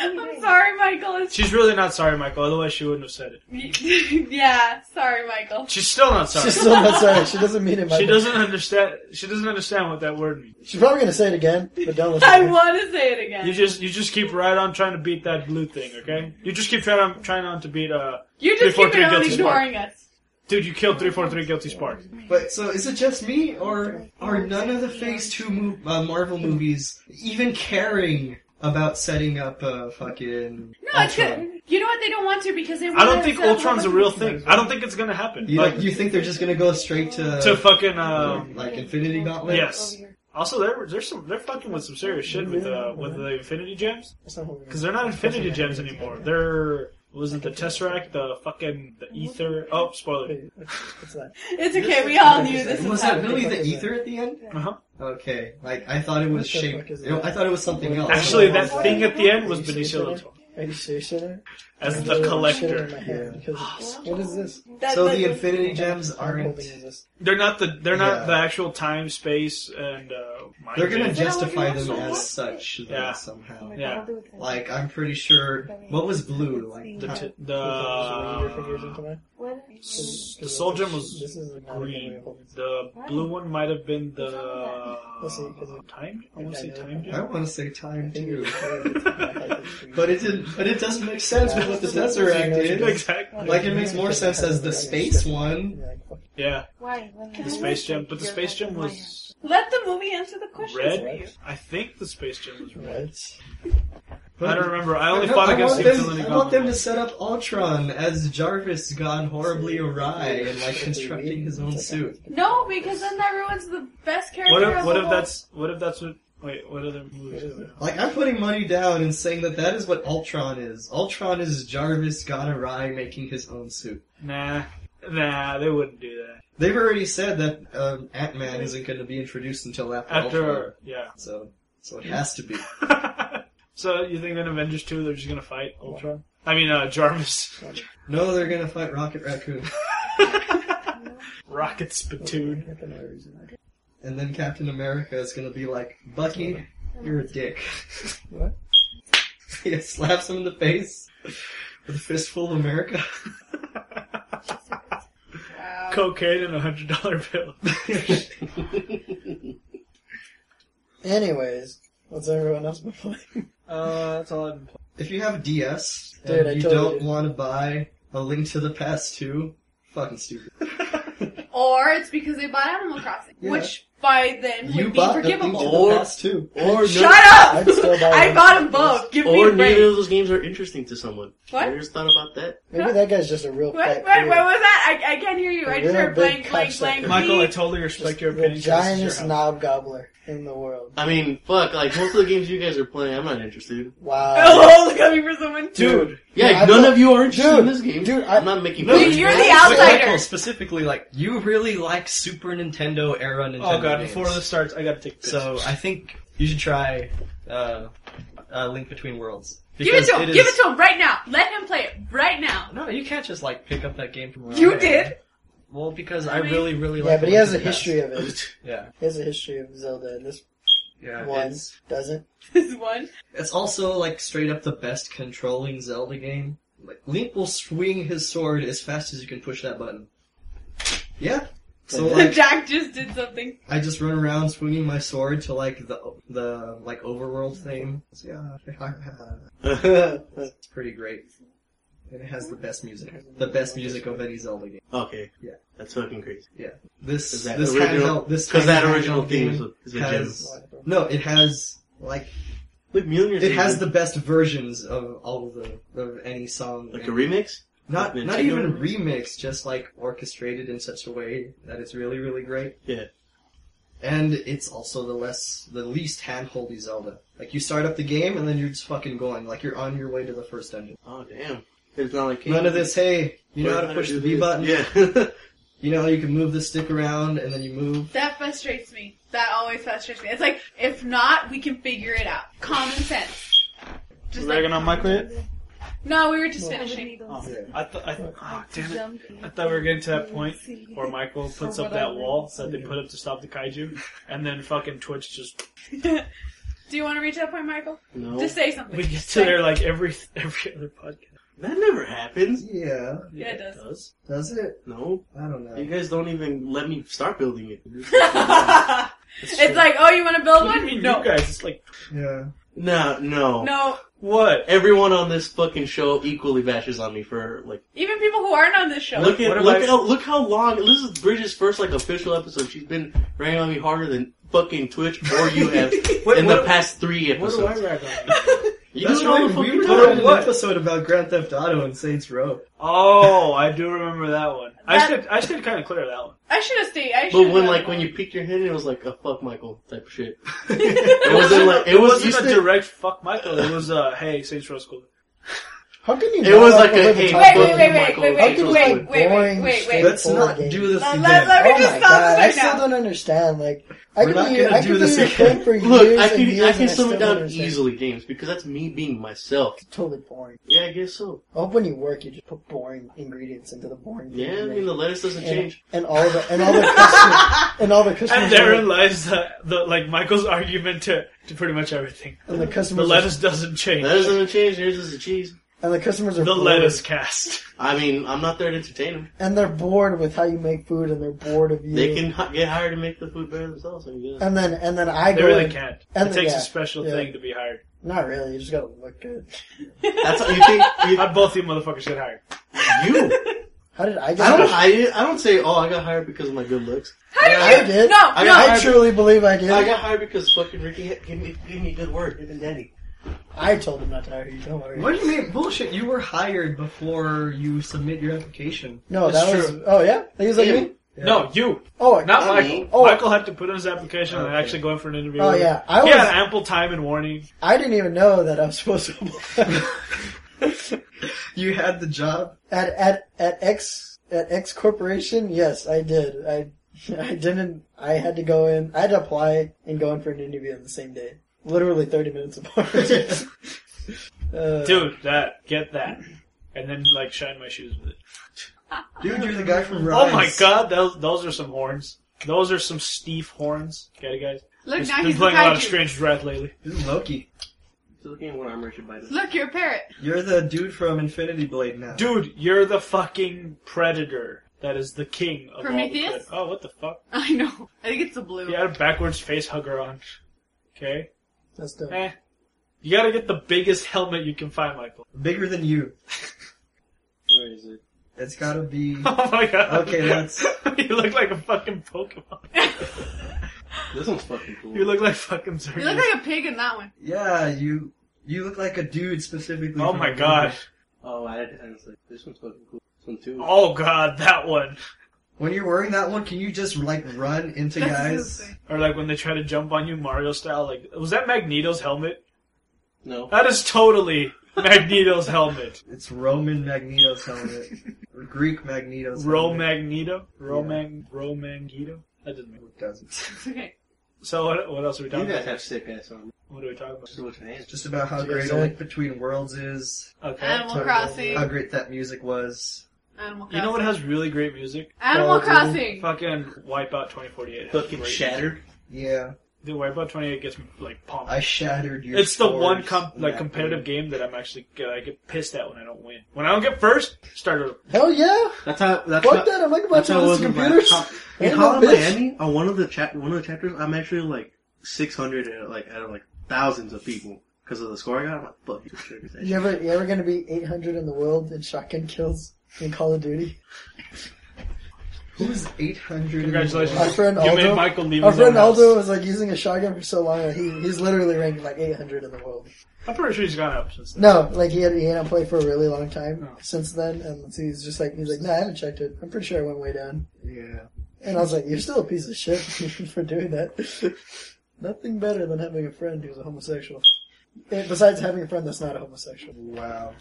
I'm sorry, Michael. It's
She's really not sorry, Michael. Otherwise, she wouldn't have said it.
yeah, sorry, Michael.
She's still not sorry.
She's still not sorry. She doesn't mean it.
She
Michael.
doesn't understand. She doesn't understand what that word means.
She's probably gonna say it again, but don't listen.
I
to her.
want to say it again.
You
You,
just you just keep right on trying to beat that blue thing, okay? You just keep trying on trying on to beat uh.
just
Three, four,
keep
three
it on
guilty spark.
ignoring us.
Dude, you killed Oh, three four three guilty spark.
But so is it just me, or are none of the Phase Two mo- uh, Marvel movies even caring about setting up a fucking?
No, it's
Ultron?
good. You know what? They don't want to because they.
I don't think Ultron's a real
thing.
thing. I don't think it's gonna happen.
You,
Like
you think they're just gonna go straight to
to fucking
uh,
uh.
like Infinity Gauntlet?
Yes. Also, they're they're some they're fucking with some serious shit with uh with the Infinity Gems.
That's not what we're gonna-
Because they're not Infinity Gems anymore. They're was it the Tesseract, the fucking the Ether? Oh, spoiler.
Wait, It's not.
It's okay. We all knew this was
Was that
happening.
really the
Fuck is
ether at the end?
Uh huh.
Okay, like I thought it was
What the
shaped.
fuck is
I thought it was something else.
Actually, that thing at the end was Benicio del Toro.
Are you serious right now?
as
I'm
the
literally shitting in
collector.
my hand because it's- What is this?
That,
so
that
the
was-
Infinity Gems
How
aren't.
holding is this?
They're not the they're not
Yeah.
the actual time, space, and uh, mind
They're gonna
gems.
that what
justify
you
them
want?
as such, though,
Yeah.
somehow.
Yeah.
Like, I'm pretty sure. What was blue? Like,
the um, t-
Put your fingers
the
into mine.
Uh, s- the soul gem was
This is not a good way
green.
of holding.
The blue one might have been the uh,
Let's see, 'cause it-
time. I want to say time
I
gem.
want to say time too.
Dude.
But it didn't. But it doesn't make sense with what the Tesseract did.
Exactly.
Like it makes more sense as the space one.
Yeah,
Why?
the space gem. But the space gem was
Let the movie answer the questions for you.
red. I think the space gem was red.
Right.
I don't remember. I only
No,
fought against
want
the
them-
Infinity
I want them
Gauntlet.
to set up Ultron as Jarvis gone horribly awry and like constructing his own suit.
No, because then that ruins the best character.
What
of
if
the
what if
whole-
that's what if that's what? Wait, what other movies? Are there?
Like I'm putting money down and saying that that is what Ultron is. Ultron is Jarvis gone awry making his own suit.
Nah, nah, they wouldn't do that.
They've already said that um, Ant Man isn't going to be introduced until after, Ultron.
After yeah.
So, so it has to be.
so you think in Avengers two they're just gonna fight Ultron? I mean uh, Jarvis,
No, they're going to fight Rocket Raccoon
Rocket Spittoon.
and then Captain America is going to be like, Bucky, you're a dick.
What?
he slaps him in the face with a fistful of America.
Wow.
Cocaine and a hundred dollar bill.
Anyways, what's everyone else been playing?
Uh, that's all I've been
If you have DS
Dude,
and
I
you
totally
don't
did.
want to buy A Link to the Past 2, fucking stupid.
Or it's because they bought Animal Crossing,
Yeah.
which by then
you
would be
bought A Link to
forgivable.
the
Or-
Past 2.
Or
Shut up!
I'd still buy
I
them.
bought them both. Give me
Or
a break.
neither of those games are interesting to someone.
What?
I just thought about that.
Maybe that guy's just a real
What?
fat
What? What
dude.
was that? I, I can't hear you.
A
I
real
just
big
heard blank, blank,
cocksucker.
blank.
Michael, I
Please.
totally respect your
The
opinion. 'cause this is your
giantest
house.
knob gobbler in the world.
I mean, fuck, like, most of the games you guys are playing, I'm not interested.
Wow.
Oh, look coming for someone.
dude.
Yeah,
Yeah, I
none
don't-
of you are interested in
Dude,
this game.
dude, I-
I, am not making
No,
fun of
you're
you.
the
Wait,
outsider.
Michael, specifically, like, you really like Super Nintendo era Nintendo
Oh god,
games.
before this starts, I gotta take this.
So I think you should try uh, uh, Link Between Worlds.
Give it to him.
is-
Give it to him right now. Let him play it right now.
No, you can't just like pick up that game from.
You
around there.
did.
Well, because I
I mean-
really, really
Yeah,
like.
but he
Link
has
to
a
the Past.
history of it.
Yeah,
He has a history of Zelda, and this
yeah.
one
It's,
doesn't.
This one.
it's also like straight up the best controlling Zelda game. Like Link will swing his sword as fast as you can push that button. Yeah. So like,
Jack just did something.
I just run around swinging my sword to like the the like overworld theme. So, yeah. It's pretty great. And it has the best music. The best music of any Zelda game.
okay.
Yeah.
That's fucking crazy.
This
Is that
this
original?
handheld this
Because that
handheld
original theme
game
is a, is a
has-
gem.
No, it has like
Look, Mjolnir's
it has
even-
the best versions of all of the of any song.
Like a remix?
not
like
not
Nintendo
even remixed, just like orchestrated in such a way that it's really really great.
Yeah.
And it's also the less the least handholdy Zelda. Like you start up the game and then you're just fucking going. Like you're on your way to the first dungeon.
Oh, damn. It's not like...
None of this. Hey, you know how to push the B button.
Yeah.
You know, you can move the stick around and then you move.
That frustrates me. That always frustrates me. It's like, if not, we can figure it out. Common sense. Just like,
Ragging on Michael yet?
no, we were just finishing.
Oh, I thought, I th- oh, damn it. I thought we were getting to that point where Michael puts up that wall that they put up to stop the kaiju, and then fucking Twitch just
Do you want to reach that point, Michael?
no.
Just say something.
we get to
Say-
there like every every other podcast.
That never happens.
Yeah.
Yeah, it does.
Does it?
No.
I don't know.
You guys don't even let me start building it.
it's like, oh, you want to build
What do
one?
you mean,
No.
you guys? It's like
Yeah.
no, no.
No.
what?
Everyone on this fucking show equally bashes on me for like
Even people who aren't on this show.
look
what
at
am
look
I-
how look how long this is Bridget's first like official episode. She's been raining on me harder than fucking Twitch or you have
What-
in
what
the
do-
past three
What do I
episodes.
rag on?
You
That's
do it all
right.
the
We
fucking
were
time.
talking an
What?
episode about Grand Theft Auto and Saints Row.
Oh, I do remember that one. I
That-
should I should kind of clear that one.
I should have stayed. I should
But when like when you peeked your head, it was like a fuck Michael type of shit.
yeah.
It wasn't like it was
not
used
a
to.
direct fuck Michael. It was uh hey Saints Row School.
How can you?
It
not
was
like
like a
over the
hey,
top
Wait,
of
wait,
it?
wait, wait, wait,
How
wait,
can
wait,
you play
wait, wait,
boring,
wait, wait.
straightforward
Let's not
games?
do this
Let-
again.
let- let me
oh
just
my
stop
god! I
right
still
now.
don't understand. Like, I
We're
could
not
be,
gonna
I
do
could
this
be your
again.
friend for
Look,
years
I
and
can
years.
I can
and
sum it
still don't
down
understand.
easily games because that's me being myself.
It's totally boring.
Yeah, I guess so.
I hope when you work, you just put boring ingredients into the boring. food
Yeah,
you
I
make.
mean the lettuce doesn't
and,
change.
and all the and all the customers and all the customers
And therein
are,
lies the, the like Michael's argument to, to pretty much everything.
and the
The
customers
lettuce doesn't change.
Lettuce doesn't change. Yours is the cheese.
are, and the customers are
The
bored.
lettuce cast.
I mean, I'm not there to entertain them.
and they're bored with how you make food and they're bored of you.
They can h- get hired to make the food better themselves. I guess.
and then and then I
They
go
really
in-
can't.
and
It
the-
takes a
yeah,
special
yeah.
thing to be hired.
Not really. You just gotta look good.
That's how you think. You,
How'd both you motherfuckers get hired?
you.
How did I get?
I don't.
hired?
I, didn't- I don't say. Oh, I got hired because of my good looks.
How did
I
you?
did.
No,
I
no.
got
I truly believe I did.
I
I,
got hired because fucking Ricky had- gave me gave me good work. Him and Danny.
told him not to hire you. Don't worry.
What do you mean bullshit? You were hired before you submit your application.
No,
That's
that was. Oh yeah, he was like
Him.
me.
Yeah.
No, you.
Oh, I-
Not
Not
Michael.
me.
Oh.
Michael had to put in his application and
Okay.
actually go in for an interview.
Oh
with him.
yeah, I
He
was.
had ample time and warning.
I didn't even know that I was supposed to. apply.
You had the job.
at at at X at X Corporation, yes, I did. I I didn't. I had to go in. I had to apply and go in for an interview on the same day, literally thirty minutes apart. Uh,
Dude, that. Get that. And then, like, shine my shoes with it.
Dude, you're the guy from Rise.
Oh my god, those, those are some horns. Those are some Steve horns. Got it, guys?
Look
He's
Oh, now,
been
he's
playing a lot of
beside you.
strange rat lately.
This is Loki.
He's looking at what I'm Richard Biden.
Look, you're a parrot.
You're the dude from Infinity Blade now.
Dude, you're the fucking predator. That is the king of all the
Prometheus? Oh.
pred- oh, what the fuck?
I know. I think it's a blue.
You had a backwards face hugger on. Okay?
that's dope.
Eh. You gotta get the biggest helmet you can find, Michael.
Bigger than you.
Where is it?
It's gotta be.
Oh my god.
Okay, that's-
you look like a fucking Pokemon.
This one's fucking cool.
You look like fucking Zergius.
You look like a pig in that one.
Yeah, you. You look like a dude specifically.
Oh
from
my
Infinity.
god.
oh, I, I was like, this one's fucking cool. This one too.
Oh god, that one.
When you're wearing that one, can you just like run into
That's
guys?
insane.
Or like when they try to jump on you Mario style, like was that Magneto's helmet?
No.
That is totally Magneto's helmet.
It's Roman Magneto's helmet. or Greek Magneto's
Ro
helmet.
Magneto? Ro Mag Ro Magneto? That doesn't make
It doesn't.
It's okay.
So what, what else are we
You
talking
guys
about?
have sick ass on.
What are we talking
Just looking at
Just about how
Did you
great
say-
A Link Between Worlds is,
about? Okay.
Animal
totally.
Crossing.
how great that music was.
Animal Crossing.
You know what has really great music?
Animal
Quality.
Crossing.
Fucking Wipeout 2048. has
Fucking
great
shattered.
Yeah,
music. Dude, Wipeout 28 gets me like pumped.
I shattered your.
it's the one
scores
com-
in
like
that
competitive
game.
game that I'm actually I get pissed at when I don't win. When I don't get first, start a
Hell yeah!
That's how. That's
Fuck
how-
that! I'm like a bunch
That's how
of
it
those
was in
computers.
my- in
Ain't
Hall
no
of
bitch.
Miami, on uh, one of the chap, one of the chapters, I'm actually like 600 out of, like out of like thousands of people because of the score I got. I'm like, fuck you, sure, that
You ever you ever gonna be 800 in the world in shotgun kills in Call of Duty?
Who's 800?
Congratulations.
Our friend
You made
Aldo.
Michael leave
Our
his own
friend
house.
Aldo was like using a shotgun for so long that he he's literally ranked like 800 in the world.
I'm pretty sure he's gone up since then.
No, like he had he hadn't played for a really long time
Oh.
since then, and so he's just like he's like, no, I haven't checked it. I'm pretty sure I went way down.
Yeah.
And I was like, you're still a piece of shit for doing that. Nothing better than having a friend who's a homosexual. Eh, Besides having a friend that's not a homosexual.
Wow.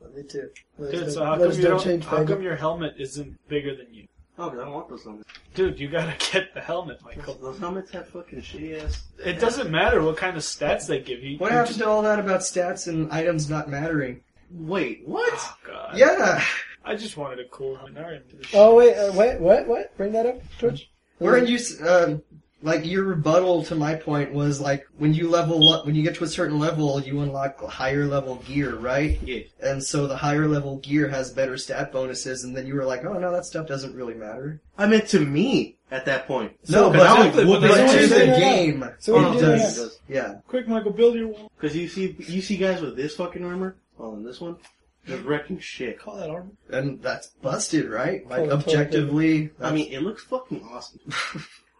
But me too. Let
Dude,
us
so
don't,
how
let
come,
us
you
don't
don't,
change
how come
faggot.
your helmet isn't bigger than you?
Oh, because I want those helmets.
Dude, you gotta get the helmet, Michael.
Those helmets have fucking shitty ass.
It doesn't matter what kind of stats they give you.
What
you
happened
just-
to all that about stats and items not mattering?
Wait, what?
Oh, God.
Yeah,
I just wanted a cool helmet. Now we're into the
Oh wait, uh, wait, what, what? Bring that up, Twitch.
weren't you? s- Um, like your rebuttal to my point was like when you level up, when you get to a certain level, you unlock higher level gear, right?
Yeah.
And so the higher level gear has better stat bonuses, and then you were like, oh no, that stuff doesn't really matter.
I meant to me at that point.
No,
Because I
exactly,
was
but
But
that's
to
what
the
I'm saying.
game,
So what
it
do you do
does.
next?
Yeah.
Quick, Michael, build your wall.
Because you see, you see guys with this fucking armor on this one, just wrecking shit.
Call that armor.
And that's busted, right? Like,
Totally.
objectively.
I
that's-
mean, it looks fucking awesome.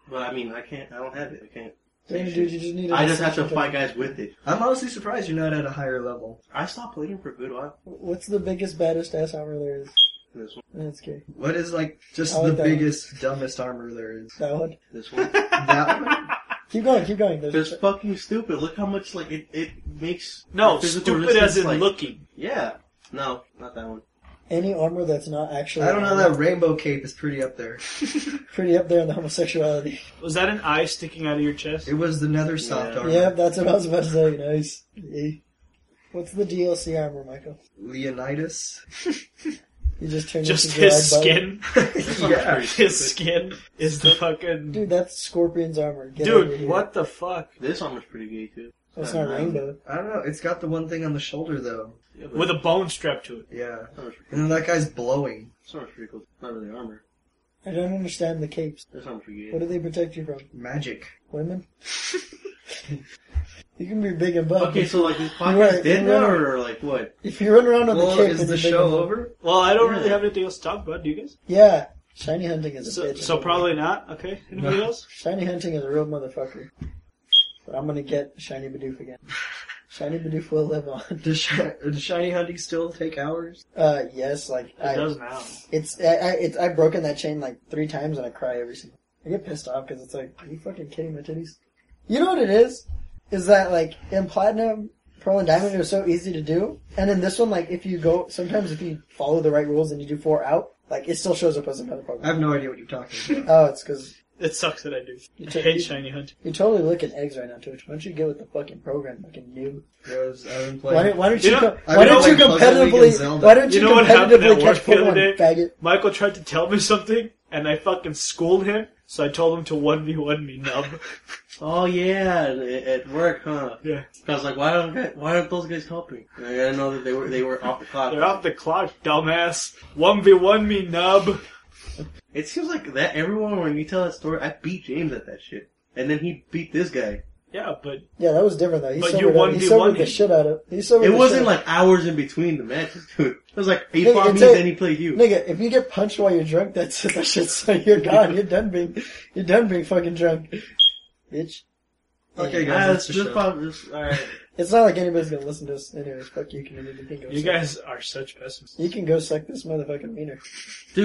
but I mean, I can't. I don't have it. I can't.
Damn, dude, you just need.
I just have to fight guys with it.
I'm honestly surprised you're not at a higher level.
I stopped playing for a good while.
What's the biggest baddest ass armor there is?
This one,
That's gay.
What is, like, just
I like
the
that one.
biggest, dumbest armor there is?
That one.
this one.
That one?
Keep going, keep going. There's,
That's fucking stupid. Look how much like it, it makes.
No,
the physical
stupid
resistance,
as in
like-
looking.
Yeah. No, not that one.
any armor that's not actually
I don't know. That rainbow cape is pretty up there.
pretty up there in the homosexuality.
Was that an eye sticking out of your chest?
It was the nether soft
Yeah.
armor.
Yeah, that's what I was about to say. Nice. Yeah. What's the DLC armor, Michael?
Leonidas.
You just turn
Just
into
his
Gerard Butler?
skin.
yeah.
His skin is the fucking.
Dude, that's Scorpion's armor. Get over
Dude,
here.
what the fuck?
This armor's pretty gay too.
That's not
Uh-huh.
rainbow.
I don't know. It's got the one thing on the shoulder though.
Yeah, but
With a bone strapped to it.
Yeah.
this armor's pretty-
And then that guy's blowing.
this armor's pretty cool. It's not really armor.
I don't understand the capes.
This armor's pretty
What
gay.
do they protect you from?
Magic.
Women? you can be big and buff.
Okay, so like this
Right,
podcast did now,
right.
or like what?
If you run around with
Well,
the cape,
is
it's
the
big and
show
buff.
over?
Well, I don't
Yeah.
really have anything else to talk about, do you guys?
Yeah. Shiny hunting is a
So,
bitch.
so probably not. Okay. Anybody else?
Shiny hunting is a real motherfucker. But I'm gonna get Shiny Bidoof again. Shiny Bidoof will live on.
Does, shi- does shiny hunting still take hours?
Uh, yes, like,
It
I,
does now.
It's I, I it's I've broken that chain like three times and I cry every single. I get pissed off because it's like, are you fucking kidding my titties? You know what it is? Is that like in platinum, pearl, and diamond it was so easy to do, and in this one, like if you go, sometimes if you follow the right rules and you do four out, like it still shows up as another
I
Pokemon.
have no idea what you're talking about.
Oh, it's because
It sucks that I do.
You
I
took-
hate shiny hunting.
you're totally licking eggs right now, Twitch. Why don't you get with the fucking program, fucking you?
Because I've been
Why
playing.
don't, why don't
You
you,
know-
co-
I've
why
been
don't you
playing Puzzle League and
competitively
Zelda.
why don't you,
You know what happened at
competitively catch
work the other
Pokemon,
day?
faggot?
Michael tried to tell me something, and I fucking schooled him, so I told him to 1v1 me nub.
Oh yeah, at, at work, huh?
yeah.
I was like, why don't why aren't those guys helping? And I didn't know that they were they were off the clock.
They're off the clock, dumbass. 1v1 me nub.
It seems like that everyone when you tell that story, I beat James at that shit, and then he beat this guy.
Yeah, but
Yeah, that was different though. He
But
sobered
you
up- he
1v1
sobered the
him.
shit out of. He sobered
It
the
wasn't
shit out
like hours in between the matches, dude. It was like he
Nigga,
fought me,
it's a-
then he played you.
Nigga, if you get punched while you're drunk, that's it. That shit's so you're gone. You're done being, you're done being fucking drunk, bitch.
Okay,
Yeah.
guys,
Ah,
that's
this,
the
this
show.
probably this, all right.
It's not like anybody's gonna listen to us. Anyways, fuck you, community. Think of
you
something.
guys are such pessimists.
You can go suck this motherfucking wiener.